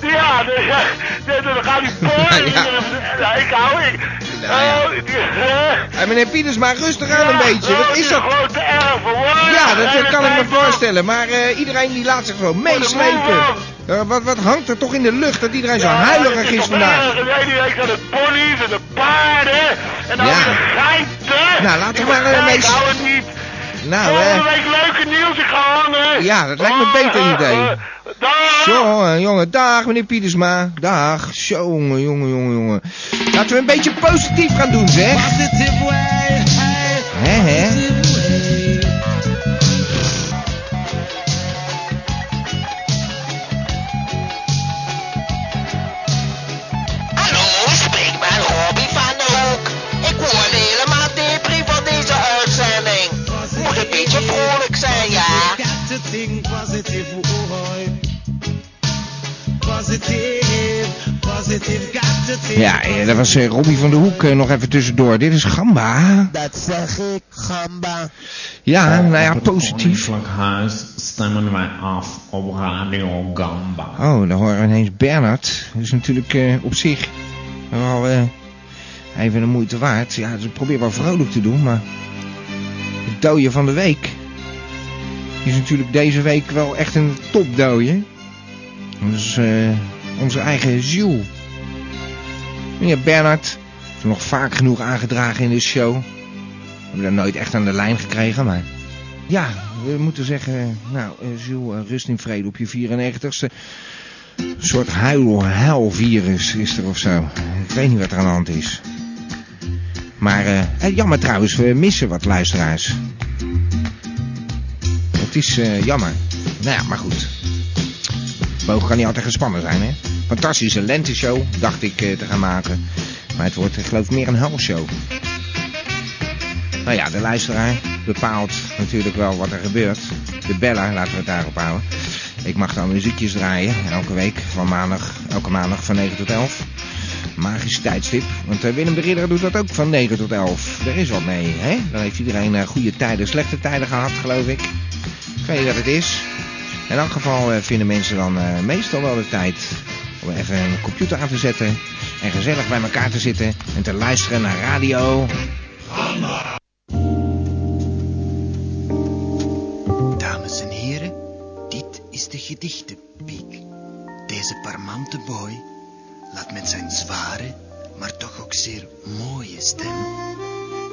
S11: Ja, dan, ja, dan- dan gaan die
S2: (laughs)
S11: poren.
S2: Ja.
S11: Ja, ik hou, ik. Oh, die, (laughs)
S2: Hé, meneer Pieters, maar rustig aan een beetje. Wat is dat?
S11: Gewoon te erg verwarren.
S2: Ja, dat
S11: En
S2: eh, kan ik me
S11: tijd
S2: voorstellen. Maar eh, iedereen die laat zich gewoon meeslepen.
S11: man.
S2: Eh, wat, wat hangt er toch in de lucht dat iedereen zo
S11: Ja,
S2: huilerig is vandaag?
S11: Het is toch erg. De hele week aan de ponies en de paarden. En dan
S2: Ja.
S11: de geiten.
S2: Nou, laten we
S11: Ik
S2: maar, eh,
S11: begrijp
S2: mensen-
S11: nou het niet.
S2: Nou,
S11: Volgende
S2: hè.
S11: week leuke nieuws. Ik ga hangen.
S2: Ja, dat lijkt me een beter idee. Jongen, jongen, dag meneer Pietersma. Dag. Jongen, jongen, jongen, jongen. Laten we een beetje positief gaan doen, zeg. Hè, hè?
S8: Hallo, spreek maar Robbie van der Hoek. Ik word helemaal depri van deze uitzending. Moet een beetje vrolijk zijn, ja?
S2: Ja, eh, dat was eh, Robbie van de Hoek eh, nog even tussendoor. Dit is Gamba.
S8: Dat zeg ik, gamba.
S1: Eh,
S2: Ja, nou ja, positief.
S1: huis stemmen wij af op Radio Gamba.
S2: Oh, dan horen we ineens Bernard. Dat is natuurlijk eh, op zich wel eh, even de moeite waard. Ja, dus ik probeer wel vrolijk te doen, maar het dooien van de week is natuurlijk deze week wel echt een topdooie. Dat is eh, onze eigen ziel. Meneer Bernard, is nog vaak genoeg aangedragen in de show. We hebben dat nooit echt aan de lijn gekregen, maar... Ja, we moeten zeggen, nou, eh, Jules, eh, rust in vrede op je 94ste. Een soort huil-huil-virus is er of zo. Ik weet niet wat er aan de hand is. Maar eh, eh, jammer trouwens, we missen wat luisteraars. Het is eh, jammer. Nou ja, maar goed. Boog kan niet altijd gespannen zijn, hè? Fantastische lenteshow, dacht ik eh, te gaan maken. Maar het wordt, eh, geloof ik, meer een huilshow. Nou ja, de luisteraar bepaalt natuurlijk wel wat er gebeurt. De beller, laten we het daarop houden. Ik mag dan muziekjes draaien, elke week, van maandag, elke maandag van 9 tot 11. Magisch tijdstip, want eh, Willem de Ridder doet dat ook van 9 tot 11. Daar is wat mee, hè? Dan heeft iedereen eh, goede tijden, slechte tijden gehad, geloof ik. Ik weet niet wat het is. In elk geval eh, vinden mensen dan eh, meestal wel de tijd om even een computer aan te zetten. En gezellig bij elkaar te zitten en te luisteren naar radio.
S13: Dames en heren, dit is de gedichtenpiek. Deze parmante boy laat met zijn zware, maar toch ook zeer mooie stem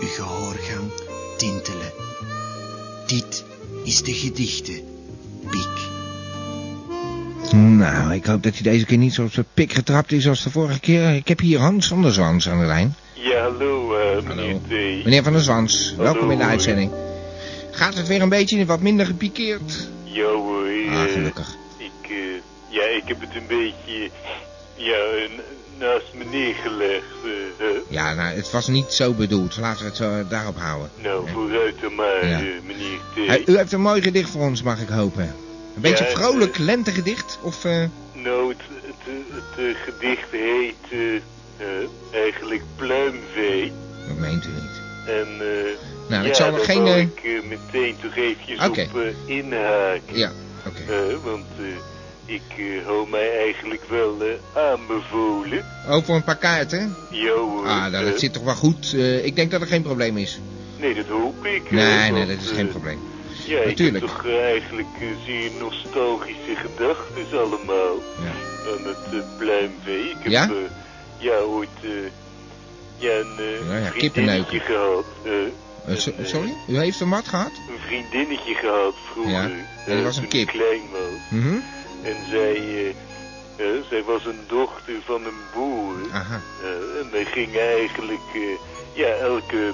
S13: uw gehoorgang tintelen. Dit is de gedichtenpiek.
S2: Nou, ik hoop dat hij deze keer niet zo op zijn pik getrapt is als de vorige keer. Ik heb hier Hans van der Zwans aan de lijn.
S12: Ja, hallo, eh meneer D.
S2: Meneer van der Zwans,
S12: Hallo,
S2: welkom in de
S12: hoi.
S2: uitzending. Gaat het weer een beetje wat minder gepikeerd?
S12: Ja hoor, eh,
S2: Ah, gelukkig.
S12: ik, eh, ja, ik heb het een beetje ja, n- naast me neergelegd. eh, eh.
S2: Ja, nou, het was niet zo bedoeld. Laten we het zo daarop houden.
S12: nou, vooruit dan maar,
S2: Ja.
S12: eh, meneer D.
S2: Hey, u heeft een mooi gedicht voor ons, mag ik hopen. Een beetje
S12: Ja, het,
S2: vrolijk lentegedicht? Of, eh,
S12: Nou, het, het, het, eh, gedicht heet eh, eh, eigenlijk Pluimvee.
S2: dat meent u niet.
S12: En, eh,
S2: Nou,
S12: ja,
S2: ik zal er
S12: daar
S2: geen,
S12: wou
S2: eh,
S12: ik eh, meteen toch eventjes
S2: Oké.
S12: op eh, inhaken.
S2: Ja,
S12: oké. want eh, ik eh, hou mij eigenlijk wel eh, aanbevolen.
S2: Ook voor een paar kaarten?
S12: Yo, hoor.
S2: Ah, nou,
S12: eh,
S2: dat zit toch wel goed. Eh, ik denk dat er geen probleem is.
S12: Nee, dat hoop ik. eh,
S2: Nee, nee,
S12: want,
S2: dat is
S12: eh,
S2: geen probleem.
S12: Ja,
S2: Natuurlijk.
S12: ik heb toch eh, eigenlijk eh, zeer nostalgische gedachten allemaal. Aan het uh, pluimvee. Ik heb
S2: Ja?
S12: eh, ja, ooit eh, ja, een eh,
S2: Ja, ja,
S12: vriendinnetje
S2: kippenneuken.
S12: gehad. eh,
S2: Eh, so- sorry? U heeft een mat gehad?
S12: een vriendinnetje gehad vroeger.
S2: Ja, en dat
S12: eh,
S2: was een
S12: toen
S2: kip.
S12: ik klein was.
S2: Mhm.
S12: En zij, eh,
S14: Eh, zij was een dochter van een boer.
S2: Aha.
S14: Eh, en wij gingen eigenlijk eh, ja, elke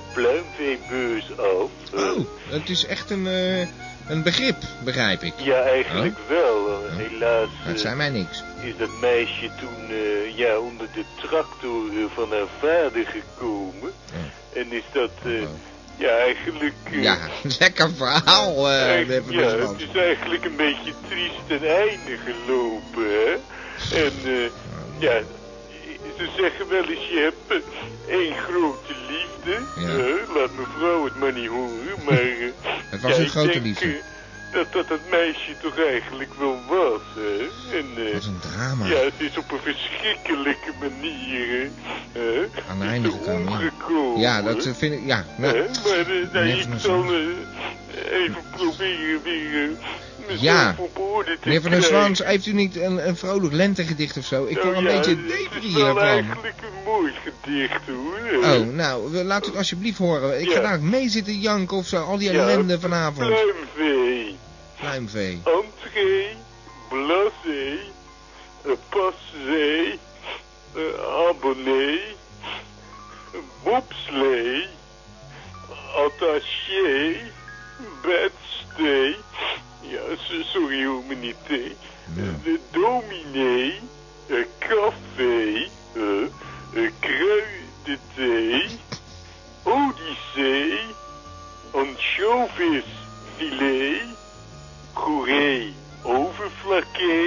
S14: pluimveebeurs af. Eh,
S2: Oh, het is echt een, eh, een begrip, begrijp ik.
S14: Ja, eigenlijk
S2: Oh,
S14: wel. Helaas
S2: Dat
S14: eh,
S2: zei mij niks.
S14: is dat meisje toen eh, ja, onder de tractor eh, van haar vader gekomen. En is dat eh, ja, eigenlijk... eh,
S2: Ja, (laughs) lekker verhaal, eh
S14: Echt,
S2: Webber
S14: ja,
S2: Bosman.
S14: het is eigenlijk een beetje triest ten einde gelopen, hè? En, eh, ja, ze zeggen wel eens, je hebt eh, één grote liefde. hè? laat mevrouw het maar niet horen, maar... eh,
S2: (laughs) Het was
S14: ja,
S2: een
S14: ik
S2: grote
S14: denk,
S2: liefde.
S14: eh, dat dat het meisje toch eigenlijk wel was, hè? En, eh,
S2: Wat een drama.
S14: Ja, het is op een verschrikkelijke manier, hè? hè,
S2: Aan het einde gekomen. ja.
S14: gekomen.
S2: Ja, dat eh, vind ik, ja. nou,
S14: Hè, maar eh, nou,
S2: Meneer
S14: ik
S2: Van
S14: zal eh, even proberen weer eh, mezelf
S2: Ja.
S14: op orde te
S2: Meneer Van der
S14: krijgen.
S2: Zwans, heeft u niet een, een vrolijk lentegedicht of zo? Ik
S14: Nou
S2: word een
S14: ja,
S2: beetje
S14: Het is
S2: depri
S14: wel
S2: hiervan.
S14: eigenlijk een mooi gedicht hoor.
S2: Oh, nou, we- laat het alsjeblieft horen. Ik ga
S14: Ja.
S2: daar mee zitten janken of zo. Al die
S14: Ja,
S2: ellende vanavond.
S14: Pluimvee,
S2: Pluimvee.
S14: entree, blasé, eh, passé, eh, abonnee, bobslee, attaché, bedstee. Ja, so- sorry hoor, meneer T. De dominee, eh, café, eh, eh, kruidenthee, odyssee, anchovis filet, couré overflaké.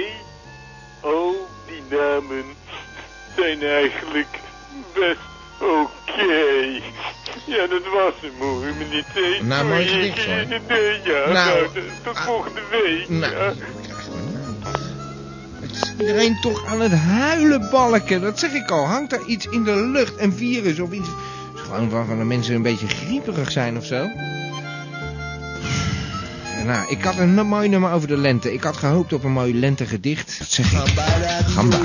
S14: Al die namen zijn eigenlijk best oké. Ja, dat was hem hoor, meneer T.
S2: Nou, mooi
S14: Doei.
S2: gedicht, hoor.
S14: Nee, ja,
S2: Nou,
S14: nou, tot volgende week. ja.
S2: Iedereen toch aan het huilen balken. Dat zeg ik al. Hangt er iets in de lucht? Een virus of iets? Het is Gewoon waarvan de mensen een beetje grieperig zijn of zo. Nou, ik had een n- mooi nummer over de lente. Ik had gehoopt op een mooi lentegedicht. Dat zeg ik. Gamba.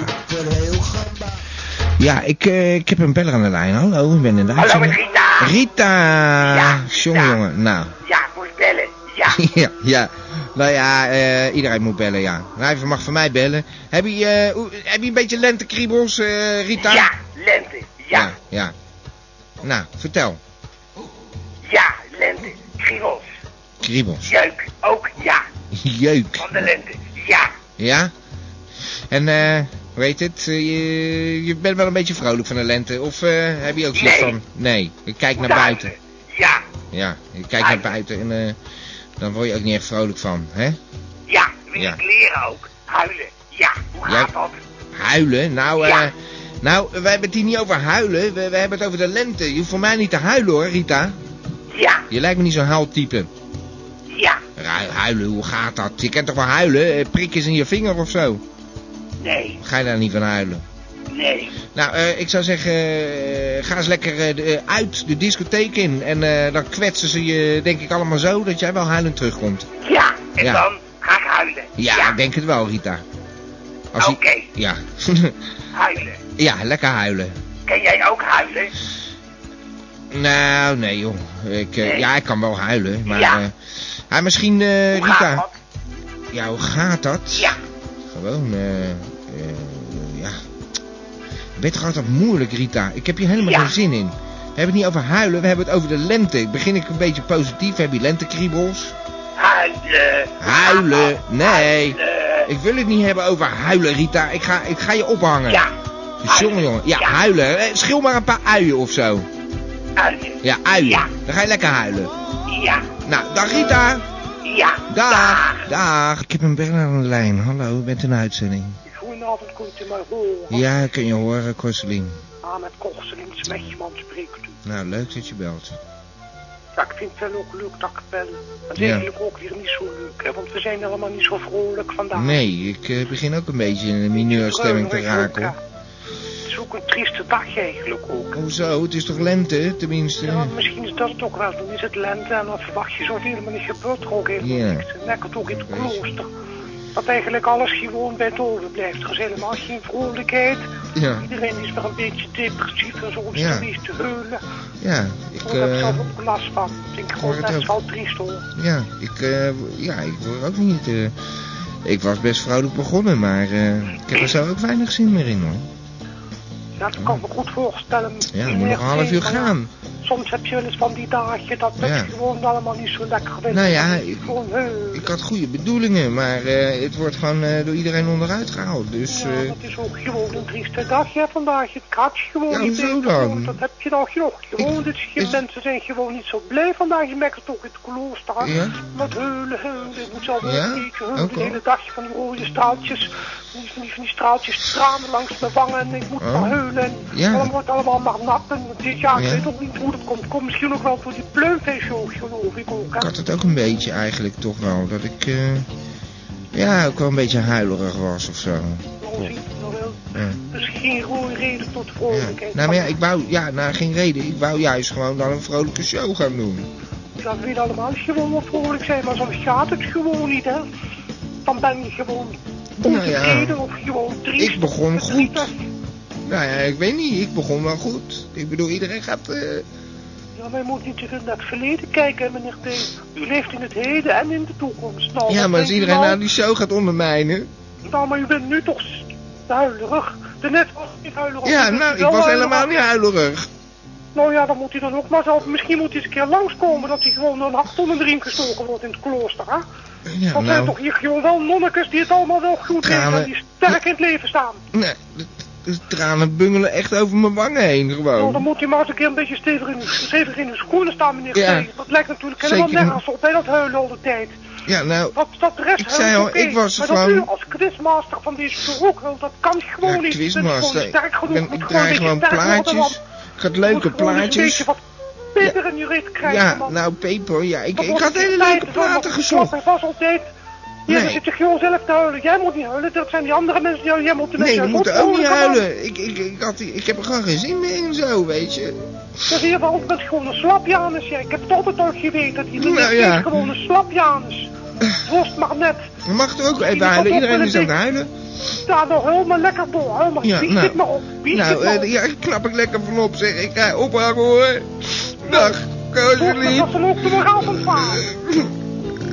S2: Ja, ik, eh, ik heb een beller aan de lijn. Hallo, ik ben in de
S15: Hallo,
S2: uitzending.
S15: met Rita.
S2: Rita! Jongen, nou.
S15: Ja, ik moest bellen. Ja.
S2: (laughs) ja, ja. Nou ja, eh, iedereen moet bellen, ja. Hij mag van mij bellen. Heb je, eh, hoe- heb je een beetje lentekriebels, eh, Rita?
S15: Ja, lente. Ja,
S2: ja. Ja. Nou, vertel.
S15: ja, lente. Kriebels.
S2: Kriebels.
S15: Jeuk. Ook ja.
S2: Jeuk.
S15: Van de lente. Ja.
S2: Ja? En, eh, hoe heet het? Eh, je, je bent wel een beetje vrolijk van de lente. Of eh, heb je ook zoiets
S15: Nee.
S2: van... Nee, ik kijk naar
S15: Moet
S2: buiten.
S15: Ja.
S2: Ja, ik kijk naar buiten en eh, dan word je ook niet echt vrolijk van, hè?
S15: Ja. Wil
S2: Ja.
S15: ik leren ook. Huilen. Ja. Hoe
S2: Ja.
S15: gaat dat?
S2: Huilen? Nou, eh,
S15: Ja.
S2: nou, we hebben het hier niet over huilen. We, we hebben het over de lente. Je hoeft voor mij niet te huilen hoor, Rita.
S15: Ja.
S2: Je lijkt me niet zo'n huiltype.
S15: Ja.
S2: Ru- Huilen, hoe gaat dat? Je kent toch wel huilen? Eh, Prikjes in je vinger of zo.
S15: Nee.
S2: Ga je daar niet van huilen?
S15: Nee.
S2: Nou, eh, ik zou zeggen, eh, ga eens lekker eh, de- eh, uit de discotheek in. En eh, dan kwetsen ze je, denk ik, allemaal zo dat jij wel huilend terugkomt.
S15: Ja. En
S2: Ja.
S15: dan ga ik huilen.
S2: Ja, ik denk het wel, Rita. Als je-
S15: Oké.
S2: Ja. (laughs)
S15: Huilen.
S2: ja, lekker huilen.
S15: Ken jij ook huilen?
S2: Nou, nee joh. Ik, eh, Ja, ik kan wel huilen, maar...
S15: Ja.
S2: eh, ah, misschien eh,
S15: Hoe
S2: Rita...
S15: gaat dat?
S2: Ja, hoe gaat dat?
S15: Ja.
S2: Gewoon, eh... eh, ja... Je weet toch altijd moeilijk, Rita. Ik heb hier helemaal geen zin in. We hebben het niet over huilen, we hebben het over de lente. Begin ik een beetje positief, heb je lentekriebels?
S15: Huilen.
S2: Huilen? Nee. Ik wil het niet hebben over huilen, Rita. Ik ga, ik ga je ophangen. Dus
S15: Ja.
S2: Jongen, jongen. Ja, huilen. Eh, Schil maar een paar uien of zo.
S15: Huilen.
S2: Ja, uien. Dan ga je lekker huilen.
S15: Ja.
S2: Nou, dag Rita.
S15: Ja.
S2: Dag. Dag. Ik heb een beller aan de lijn. Hallo, u bent in de uitzending.
S16: Goedenavond, kunt u mij horen?
S2: Ja, kun je horen, Korselien.
S16: Aan het Korseling Smechman spreekt u.
S2: Nou, leuk dat je belt.
S16: Ja, ik vind het wel ook leuk dat ik bel. Dat is
S2: Ja.
S16: eigenlijk ook weer niet zo leuk, hè, want we zijn allemaal niet zo vrolijk vandaag.
S2: Nee, ik eh, begin ook een beetje in een mineurstemming te raken. hoor.
S16: Het is ook een trieste dag eigenlijk ook.
S2: Hoezo? Het is toch lente,
S16: Ja,
S2: tenminste?
S16: misschien is dat het ook wel. Dan is het lente en dan verwacht je zoveel, maar niet gebeurt er ook helemaal
S2: Ja.
S16: niks. En lekker ook in het klooster. Dat eigenlijk alles gewoon bij het overblijft. Er is helemaal geen vrolijkheid.
S2: Ja.
S16: Iedereen is weer een beetje depressief en zo.
S2: Ja.
S16: Ja. te huilen.
S2: Ja, ik...
S16: Ik heb
S2: eh,
S16: zelf ook last van. Ik oh, vind het
S2: hoor
S16: gewoon
S2: het
S16: best
S2: ook.
S16: wel triest hoor.
S2: ja, ik... eh, ja, ik word ook niet... eh, Ik was best vrolijk begonnen, maar eh, ik heb er zo ook weinig zin meer in hoor.
S16: Dat kan ik me goed voorstellen.
S2: Ja,
S16: Je
S2: moet nog
S16: merkt
S2: een half uur
S16: even, ja,
S2: gaan.
S16: Soms heb je wel eens van die dagen dat het
S2: Ja.
S16: gewoon allemaal niet zo lekker vindt.
S2: Nou ja,
S16: Dat je
S2: ik-
S16: gewoon, eh,
S2: Ik had goede bedoelingen, maar eh, het wordt gewoon eh, door iedereen onderuit gehaald. Dus eh,
S16: dat is ook gewoon een trieste dag hè, vandaag. Het gaat gewoon
S2: Ja,
S16: niet
S2: hoezo
S16: beter,
S2: dan?
S16: want Dat heb je nou genoeg. Gewoon, dit is- mensen zijn gewoon niet zo blij vandaag. Je merkt het ook in het klooster.
S2: Ja?
S16: Wat huilen, huilen. Ik moet zelf ook
S2: Ja?
S16: een keertje huilen.
S2: Ook
S16: De
S2: al?
S16: hele dag van die rode straaltjes. Van die, van die, van die straaltjes tranen langs mijn wangen. En ik moet
S2: Oh.
S16: maar huilen. En
S2: Ja.
S16: Dan wordt allemaal maar nat. En dit jaar,
S2: Ja.
S16: ik weet ook niet hoe dat komt. Komt misschien ook wel voor die pleunfeestjes, geloof ik ook. hè.
S2: ik had het ook een beetje eigenlijk toch wel. Dat ik eh, ja, ook wel een beetje huilerig was of zo. Ja.
S16: Dus geen goede reden tot vrolijkheid.
S2: Nou maar ja, ik wou, ja, nou geen reden. Ik wou juist gewoon dan een vrolijke show gaan doen.
S16: Dat weet allemaal gewoon wel vrolijk zijn, maar soms gaat het gewoon niet, hè. Dan ben je gewoon
S2: Nou ja.
S16: ontevreden of gewoon triest.
S2: Ik begon goed. Nou ja, ik weet niet, ik begon wel goed. Ik bedoel, iedereen gaat... eh,
S16: Ja, maar je moet niet te veel naar het verleden kijken, hè, meneer T. U leeft in het heden en in de toekomst. Nou,
S2: ja, maar
S16: wat denkt
S2: als
S16: u
S2: iedereen
S16: nou?
S2: nou die show gaat ondermijnen...
S16: Nou, maar u bent nu toch s- huilerig. Daarnet was ik niet huilerig.
S2: Ja,
S16: Nu bent
S2: nou,
S16: u
S2: ik
S16: wel
S2: was
S16: huilerig.
S2: helemaal niet huilerig.
S16: Nou ja, dan moet hij dan ook maar zelf... Misschien moet hij eens een keer langskomen dat hij gewoon een hart onder de riem gestoken wordt in het klooster, hè.
S2: Ja,
S16: Dat zijn
S2: nou,
S16: toch hier gewoon wel nonnekes die het allemaal wel goed
S2: Tranen.
S16: weten en die sterk in het leven staan.
S2: nee, de, de tranen bungelen echt over mijn wangen heen
S16: Nou, dan
S2: gewoon.
S16: moet je maar eens een keer een beetje stevig in, uw- stevig in uw schoenen staan, meneer
S2: Ja.
S16: T. Dat lijkt natuurlijk helemaal
S2: Zeker.
S16: nergens op, bij dat huilen al de tijd.
S2: Ja, nou,
S16: Dat, dat de rest
S2: Ik zei al,
S16: oké,
S2: ik was
S16: maar dat
S2: gewoon-
S16: u als quizmaster van deze beroep huilt, dat kan gewoon
S2: ja,
S16: niet.
S2: quizmas.
S16: Dat is gewoon niet
S2: Ik,
S16: sterk genoeg.
S2: ben,
S16: Moet
S2: ik
S16: gewoon een
S2: draai gewoon
S16: beetje sterk worden,
S2: plaatjes.
S16: want
S2: Ik had leuke
S16: gewoon eens Een
S2: plaatjes.
S16: beetje wat peper in je reet krijgen,
S2: Ja,
S16: man.
S2: nou, Peper, ja, ik,
S16: Dat
S2: ik
S16: wordt
S2: had
S16: de
S2: hele
S16: tijd,
S2: leuke
S16: dat wordt
S2: platen
S16: de
S2: gezocht.
S16: klapper vast altijd. Ja,
S2: Nee.
S16: dan zit je gewoon zelf te huilen. Jij moet niet huilen, dat zijn die andere mensen die huilen. Jij moet de
S2: Nee, we
S16: mensen uit
S2: moeten
S16: Rotterdam
S2: ook niet
S16: komen.
S2: huilen. Ik, ik, ik, had, die- ik heb er gewoon geen zin meer in zo, weet je.
S16: Dat is want dat is gewoon een slapjanus. Ja. Ik heb het altijd al geweten. Dat die
S2: Nou
S16: meneer
S2: ja.
S16: is gewoon een slapjanus. Worst maar net.
S2: Je mag er ook even huilen. Iedereen is aan het huilen.
S16: Sta nog helemaal lekker door. Helemaal
S2: Ja,
S16: bied
S2: nou.
S16: het maar op. Bied
S2: Nou,
S16: het maar
S2: eh,
S16: op.
S2: ja, ik knap ik lekker van op, zeg. Ik ga ophangen, hoor. Dag, Kozelien.
S16: Dat ze ook de moraal van varen.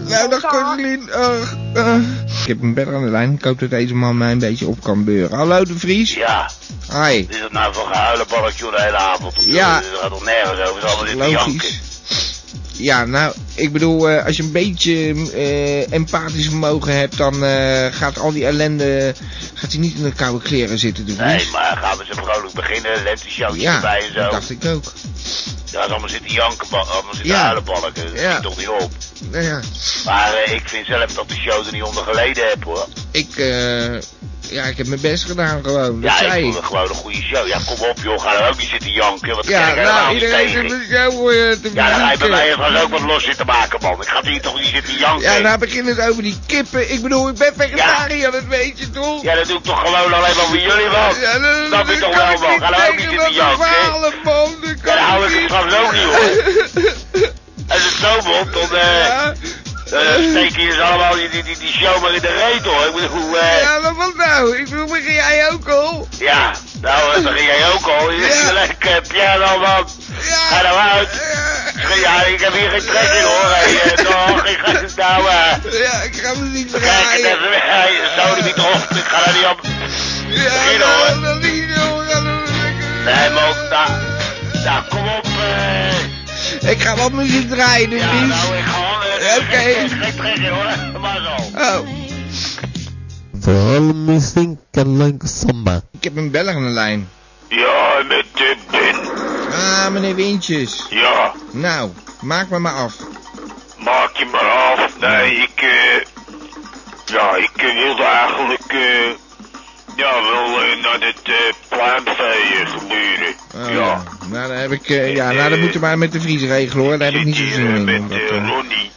S2: Nou, dag, Kozelien. Ach, eh. Ik heb hem beter aan de lijn. Ik hoop dat deze man mij een beetje op kan beuren. Hallo, de Vries.
S6: Ja.
S2: Hi.
S6: Dit is het nou voor gehuilenballetje joh, de hele avond.
S2: Ja.
S6: Dat gaat toch nergens over. Het is allemaal dit te janken.
S2: Logisch. Ja, nou, ik bedoel, eh, als je een beetje eh, empathisch vermogen hebt, dan eh, gaat al die ellende, gaat hij niet in de koude kleren zitten, de Vries.
S6: Nee, maar gaan we ze vrolijk beginnen. Lenteshowtje
S2: ja,
S6: erbij en zo.
S2: dat dacht ik ook.
S6: Ja, ze allemaal zitten janken, ba- allemaal zitten
S2: Ja.
S6: huilenbalken. Dat
S2: Ja.
S6: schiet toch niet op.
S2: Nou ja,
S6: Maar eh, ik vind zelf dat de show er niet onder geleden heb hoor.
S2: ik, eh, ja, ik heb mijn best gedaan gewoon, dat
S6: ja,
S2: zei
S6: ik
S2: ik.
S6: vond het gewoon een goede show. Ja, kom op joh, ga er ook niet zitten janken. Want
S2: Ja,
S6: ja,
S2: nou, iedereen
S6: tegen.
S2: zit met jou eh, te
S6: Ja, dan ga je bij
S2: bezoeken.
S6: mij gewoon ook wat los zitten maken man. Ik ga hier toch niet zitten janken.
S2: Ja, nou begin het over die kippen. Ik bedoel, ik ben vegetariër, dat weet je toch?
S6: Ja, dat doe ik toch gewoon alleen maar voor jullie wat.
S2: Ja, dat-
S6: Snap je
S2: dat
S6: toch
S2: kan
S6: wel
S2: ik
S6: man.
S2: niet
S6: Ga er ook niet
S2: tegen
S6: zitten
S2: dat
S6: janken.
S2: verhalen, man. Dat kan
S6: Ja, dan hou Nou, ik
S2: niet.
S6: het van zo niet
S2: (laughs)
S6: hoor. Als het zo wordt, dan eh, eh, steken jullie allemaal die, die, die, die show maar in de reet hoor. Ik bedoel, hoe... eh,
S2: Ja, maar wat nou? Ik bedoel, begin jij ook al?
S6: Ja, nou, eh, dan ging jij ook al. Je zit lekker eh, piano, man. Ga nou uit. Ja, ik heb hier geen trek in, hoor.
S2: (laughs)
S6: Hey, eh, toch, ik ga het nou... eh,
S2: Ja, ik ga me niet
S6: Kijk, het even weg. Hey, Zo er niet op. Ik ga er niet op. Begin, hoor. Nee, maar ook... Nou, nou, kom op. eh.
S2: Ik ga wat muziek draaien, dus.
S6: Ja, nou, ik ga... eh,
S2: Oké.
S6: geen- Geen trek in, hoor. Maar zo.
S2: Oh.
S17: Vooral misschien kan lang samba.
S2: Ik heb een beller aan de lijn.
S6: Ja, met dit, dit.
S2: Ah, meneer Windjes.
S6: Ja,
S2: Nou, maak me maar af.
S6: maak je maar af. Nee, ik... eh, ja, ik eh, wilde eigenlijk... eh, ja, wel eh, naar het eh pluimvee eh, gebeuren.
S2: Oh,
S6: ja.
S2: Nou, dan heb ik... eh, ja, nou, dat moeten we maar met de Vries regelen, hoor. Daar heb ik niet zo zin in.
S6: Met
S2: omdat,
S6: eh,
S2: eh, Ah,
S6: Ronnie.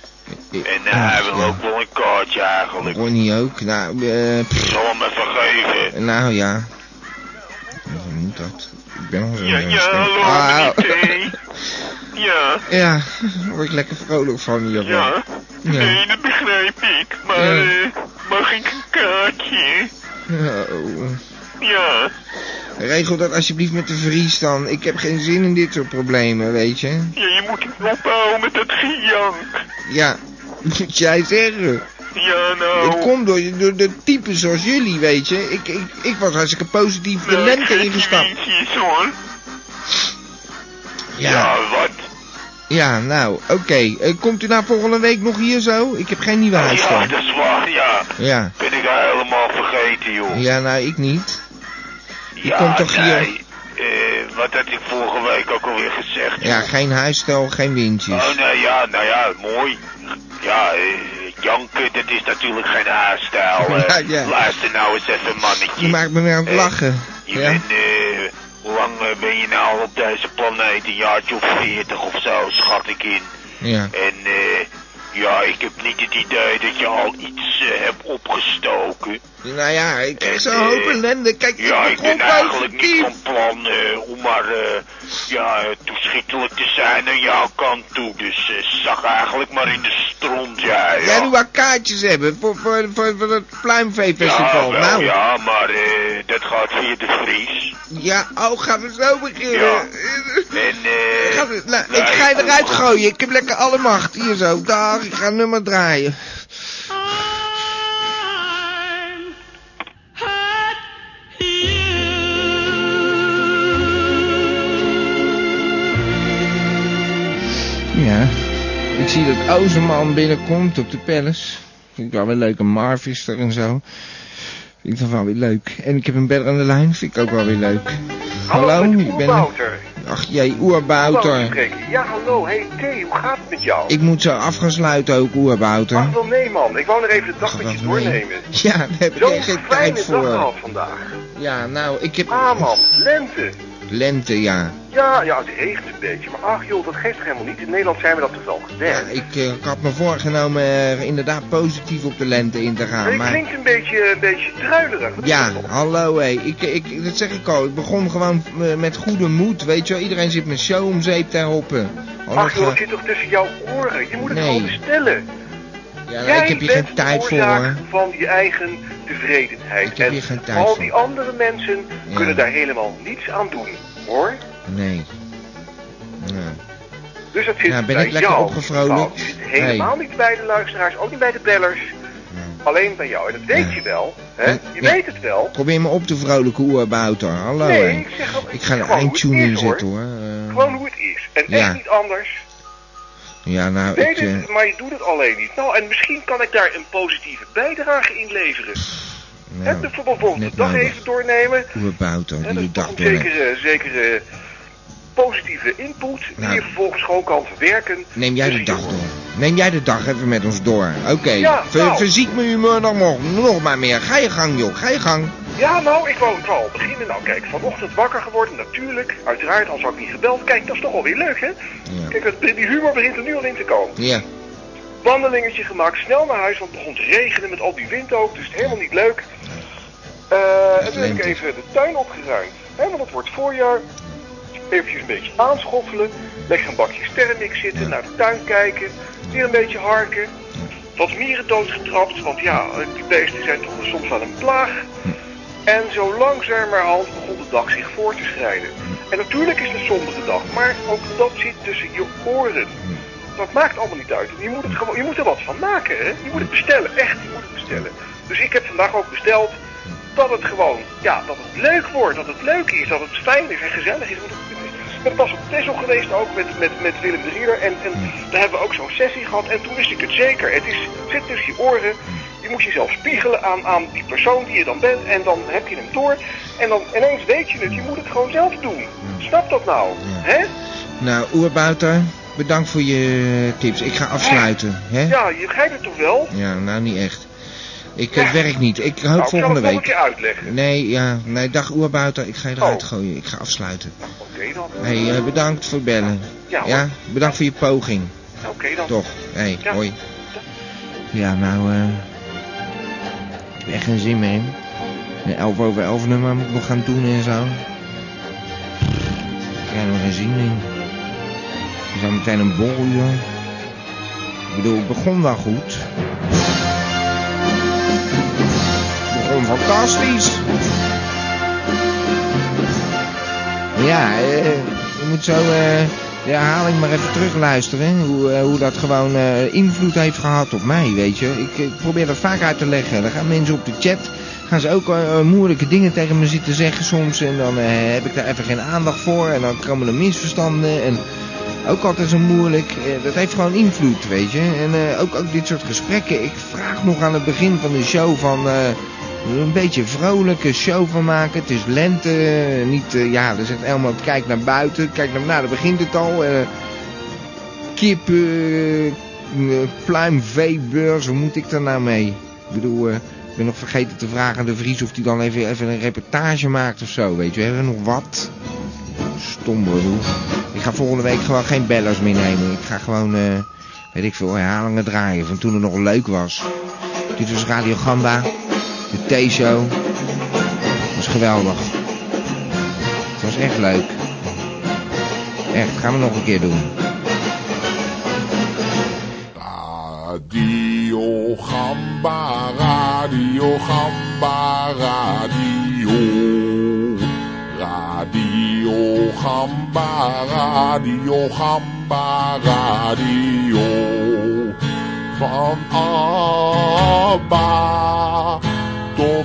S6: En eh, hij wil ook wel een kaartje eigenlijk.
S2: Ronnie ook. Nou, eh...
S6: Ik
S2: pff,
S6: zal hem even geven.
S2: nou ja. Hoe moet dat? Ik ben al zo...
S6: Ja, ja, hallo,
S2: Ah,
S6: meneer T. Ja,
S2: Ja, daar word ik lekker vrolijk van hier.
S6: ja.
S2: Ja.
S6: Nee, dat begrijp ik. Maar
S2: Ja.
S6: eh, mag ik een kaartje?
S2: Oh.
S6: Ja.
S2: Regel dat alsjeblieft met de Vries dan. Ik heb geen zin in dit soort problemen, weet je.
S6: Ja, je moet het ophouden met dat gejank.
S2: Ja, moet jij zeggen.
S14: Ja, nou.
S2: Ik kom door, door de typen zoals jullie, weet je. Ik, ik, ik was hartstikke positief de
S14: Nou, ik
S2: lente
S14: geef je
S2: ingestapt.
S14: Wientjes, hoor.
S2: Ja.
S14: wat?
S2: Ja, nou, oké. Eh, komt u nou volgende week nog hier zo? Ik heb geen nieuwe huis
S14: Ja, dat is waar, ja.
S2: Ja.
S14: Ben ik helemaal vergeten, joh.
S2: Ja, nou, ik niet. Je
S14: Ja,
S2: komt toch
S14: nee.
S2: hier...
S14: Eh, wat had ik vorige week ook alweer gezegd?
S2: Ja, geen huisstel, geen windjes.
S14: Oh, nou ja, nou ja, mooi. Ja, eh, janken, dat is natuurlijk geen haarstijl. eh.
S2: (laughs) Ja, ja.
S14: Luister nou eens even, mannetje.
S2: Je maakt me weer aan het
S14: Eh,
S2: lachen.
S14: Je
S2: Ja.
S14: bent, eh, hoe lang eh, ben je nou op deze planeet? Een jaartje of veertig of zo, schat ik in.
S2: Ja.
S14: En eh, ja, ik heb niet het idee dat je al iets eh, hebt opgestoken.
S2: Nou ja, ik
S14: En,
S2: krijg zo'n hoop
S14: eh,
S2: ellende. Kijk, ik
S14: Ja, ik
S2: begon
S14: ben eigenlijk niet
S2: positief.
S14: van plan eh, om maar eh, ja, eh, toeschietelijk te zijn aan jouw kant toe. Dus eh, zag eigenlijk maar in de stront, ja. ja.
S2: Jij nu wel kaartjes hebben voor, voor, voor, voor het Pluimveefestival.
S14: ja, wel,
S2: nou,
S14: ja, maar eh, dat gaat via de Vries.
S2: Ja, oh, gaan we zo beginnen.
S14: Ja. En, eh,
S2: Gaan we- nou,
S14: nee,
S2: ik ga je eruit
S14: kom-
S2: gooien. Ik heb lekker alle macht. Hier zo. Daar, ik ga een nummer draaien. Ja. Ik zie dat Ozerman binnenkomt op de Palace. Vind ik wel weer leuk. Een Marv is er en zo. Vind ik toch wel weer leuk. En ik heb een beller aan de lijn. Vind ik ook wel weer leuk. Hallo, ik ben...
S18: Oerbouter.
S2: Ach jij, oerbouter.
S18: Spreken. Ja, hallo. Hey, T, hoe gaat het met jou?
S2: Ik moet zo af gaan sluiten ook, oerbouter.
S18: Ach, wel nee, man. Ik wou nog even de dag met je doornemen.
S2: Ja, daar heb ik
S18: Zo'n
S2: echt geen tijd
S18: fijne dag
S2: voor.
S18: gehad vandaag.
S2: Ja, nou, ik heb...
S18: Ah, man. Lente.
S2: Lente, ja.
S18: Ja, ja, het regent een beetje. Maar ach, joh, dat geeft toch helemaal niet. In Nederland zijn we dat toch wel
S2: Ja,
S18: gewend.
S2: ik, eh, ik had me voorgenomen eh, inderdaad positief op de lente in te
S18: Nee,
S2: gaan,
S18: het
S2: maar...
S18: klinkt een beetje, een beetje druilerig. Wat is
S2: Ja,
S18: dat toch?
S2: hallo hé. Ik, ik, dat zeg ik al. Ik begon gewoon eh, met goede moed, weet je wel. Iedereen zit met show om zeep te hoppen.
S18: Ach, joh, dat
S2: eh,
S18: zit toch tussen jouw oren? Je moet het
S2: Nee.
S18: gewoon bestellen.
S2: ja,
S18: Jij
S2: ik heb hier
S18: bent
S2: geen tijd
S18: de
S2: voor,
S18: oorzaak
S2: hoor.
S18: van je eigen tevredenheid. en
S2: tijd
S18: al
S2: voor.
S18: die andere mensen
S2: Ja.
S18: kunnen daar helemaal niets aan doen, hoor.
S2: Nee. Ja.
S18: Dus dat zit
S2: Ja, ben
S18: bij
S2: ik lekker
S18: jou. Nou,
S2: opgevrolijkt?
S18: Het zit helemaal niet bij de luisteraars, ook niet bij de bellers. Alleen bij jou. En dat weet je wel. Hè? Je
S2: Eh, Ja.
S18: weet het wel.
S2: Probeer me op te vrolijke oerbouter. Hallo
S18: Nee,
S2: hé.
S18: ik zeg al-
S2: Ik ga een
S18: gewoon hoe het
S2: eindtune
S18: is,
S2: inzetten,
S18: hoor.
S2: hoor. Eh,
S18: Gewoon hoe het is. En
S2: Ja.
S18: echt niet anders.
S2: ja, nou,
S18: weet
S2: ik... eh,
S18: het, maar je doet het alleen niet. Nou, en misschien kan ik daar een positieve bijdrage in leveren. Hè,
S2: nou,
S18: bijvoorbeeld de
S2: net
S18: dag
S2: nodig.
S18: even doornemen.
S2: Oerbouter, die de dag
S18: Een
S2: door.
S18: zekere, zekere positieve input die
S2: Nou.
S18: je vervolgens gewoon kan verwerken.
S2: Neem jij de dag door. Neem jij de dag even met ons door. Oké,
S18: Ja,
S2: Ver-
S18: nou.
S2: verziek mijn humeur nog, nog, nog maar meer. Ga je gang, joh. Ga je gang.
S18: Ja, nou, ik wou, ik wou al beginnen. Nou, kijk, vanochtend wakker geworden, natuurlijk. Uiteraard, anders had ik niet gebeld. Kijk, dat is toch alweer leuk, hè? Kijk, het, die humor begint er nu al in te komen.
S2: Ja.
S18: Wandelingetje gemaakt, snel naar huis, want het begon te regenen met al die wind ook. Dus het is helemaal niet leuk. Eh en toen heb ik even de tuin opgeruimd. Hè, want het wordt voorjaar. Even een beetje aanschoffelen. Lekker een bakje sterrenmix zitten, naar de tuin kijken. Weer een beetje harken. Wat mieren doodgetrapt, want ja, die beesten zijn toch soms wel een plaag. En zo langzamerhand begon de dag zich voor te schrijden. En natuurlijk is het een sombere dag, maar ook dat zit tussen je oren. Dat maakt allemaal niet uit. Je moet, het gewoon, je moet er wat van maken, hè? Je moet het bestellen, echt, je moet het bestellen. Dus ik heb vandaag ook besteld dat het gewoon, ja, dat het leuk wordt, dat het leuk is, dat het fijn is en gezellig is. Want het- het is- Ik ben pas op Texel geweest ook met, met, met Willem de Rieder en, en
S2: Hmm.
S18: daar hebben we ook zo'n sessie gehad en toen wist ik het zeker. Het is, zit tussen je oren,
S2: Hmm.
S18: je moet jezelf spiegelen aan, aan die persoon die je dan bent en dan heb je hem door. En dan ineens weet je het, je moet het gewoon zelf doen.
S2: Hmm.
S18: Snap dat nou, hè?
S2: Nou, Oerbouter, bedankt voor je tips. Ik ga afsluiten, hè?
S18: Ja, je begrijpt het toch wel?
S2: Ja, nou niet echt. Ik eh, werk niet. Ik hoop
S18: Nou, ik zal het
S2: volgende
S18: nog een
S2: week.
S18: keer uitleggen. Oh.
S2: Nee, ja. Nee, dag Oerbouter. Ik ga je eruit gooien. Ik ga afsluiten.
S18: Oké dan.
S2: Hé, hey, eh, bedankt voor het bellen.
S18: Ja, hoor.
S2: Bedankt voor je poging.
S18: Oké dan.
S2: Toch. Hé, hey,
S18: Ja.
S2: hoi. Ja, nou, eh... ik heb echt geen zin meer. Een 11 over 11 nummer moet ik nog gaan doen en zo. Ik krijg er nog geen zin in. Ik zou meteen een borrel, joh. Ik bedoel, ik begon wel goed. Het begon fantastisch. Ja, eh, je moet zo eh, de herhaling maar even terugluisteren. Hoe, eh, hoe dat gewoon eh, invloed heeft gehad op mij, weet je. Ik, ik probeer dat vaak uit te leggen. Dan gaan mensen op de chat, gaan ze ook eh, eh, moeilijke dingen tegen me zitten zeggen soms. En dan eh, heb ik daar even geen aandacht voor. En dan komen er misverstanden. En ook altijd zo moeilijk. Eh, dat heeft gewoon invloed, weet je. En eh, ook, ook dit soort gesprekken. Ik vraag nog aan het begin van de show van... eh, een beetje vrolijke show van maken. Het is lente. eh, Niet, eh, ja, dan zegt Elmo, kijk naar buiten. Kijk naar, nou, dan begint het al. eh kip, eh, eh, pluimveebeurs, hoe moet ik daar nou mee? Ik bedoel, eh, ik ben nog vergeten te vragen aan de Vries of hij dan even, even een reportage maakt of zo. Weet je, hebben we nog wat? Stom bedoel. Ik ga volgende week gewoon geen bellers meer nemen. Ik ga gewoon, eh, weet ik veel, herhalingen draaien van toen het nog leuk was. Dit was Radio Gamba. De T-show. was geweldig. Het was echt leuk. Echt, gaan we nog een keer doen.
S19: Radio Gamba, Radio Gamba, Radio. Radio Gamba, Radio Gamba, Radio. Van Abba tot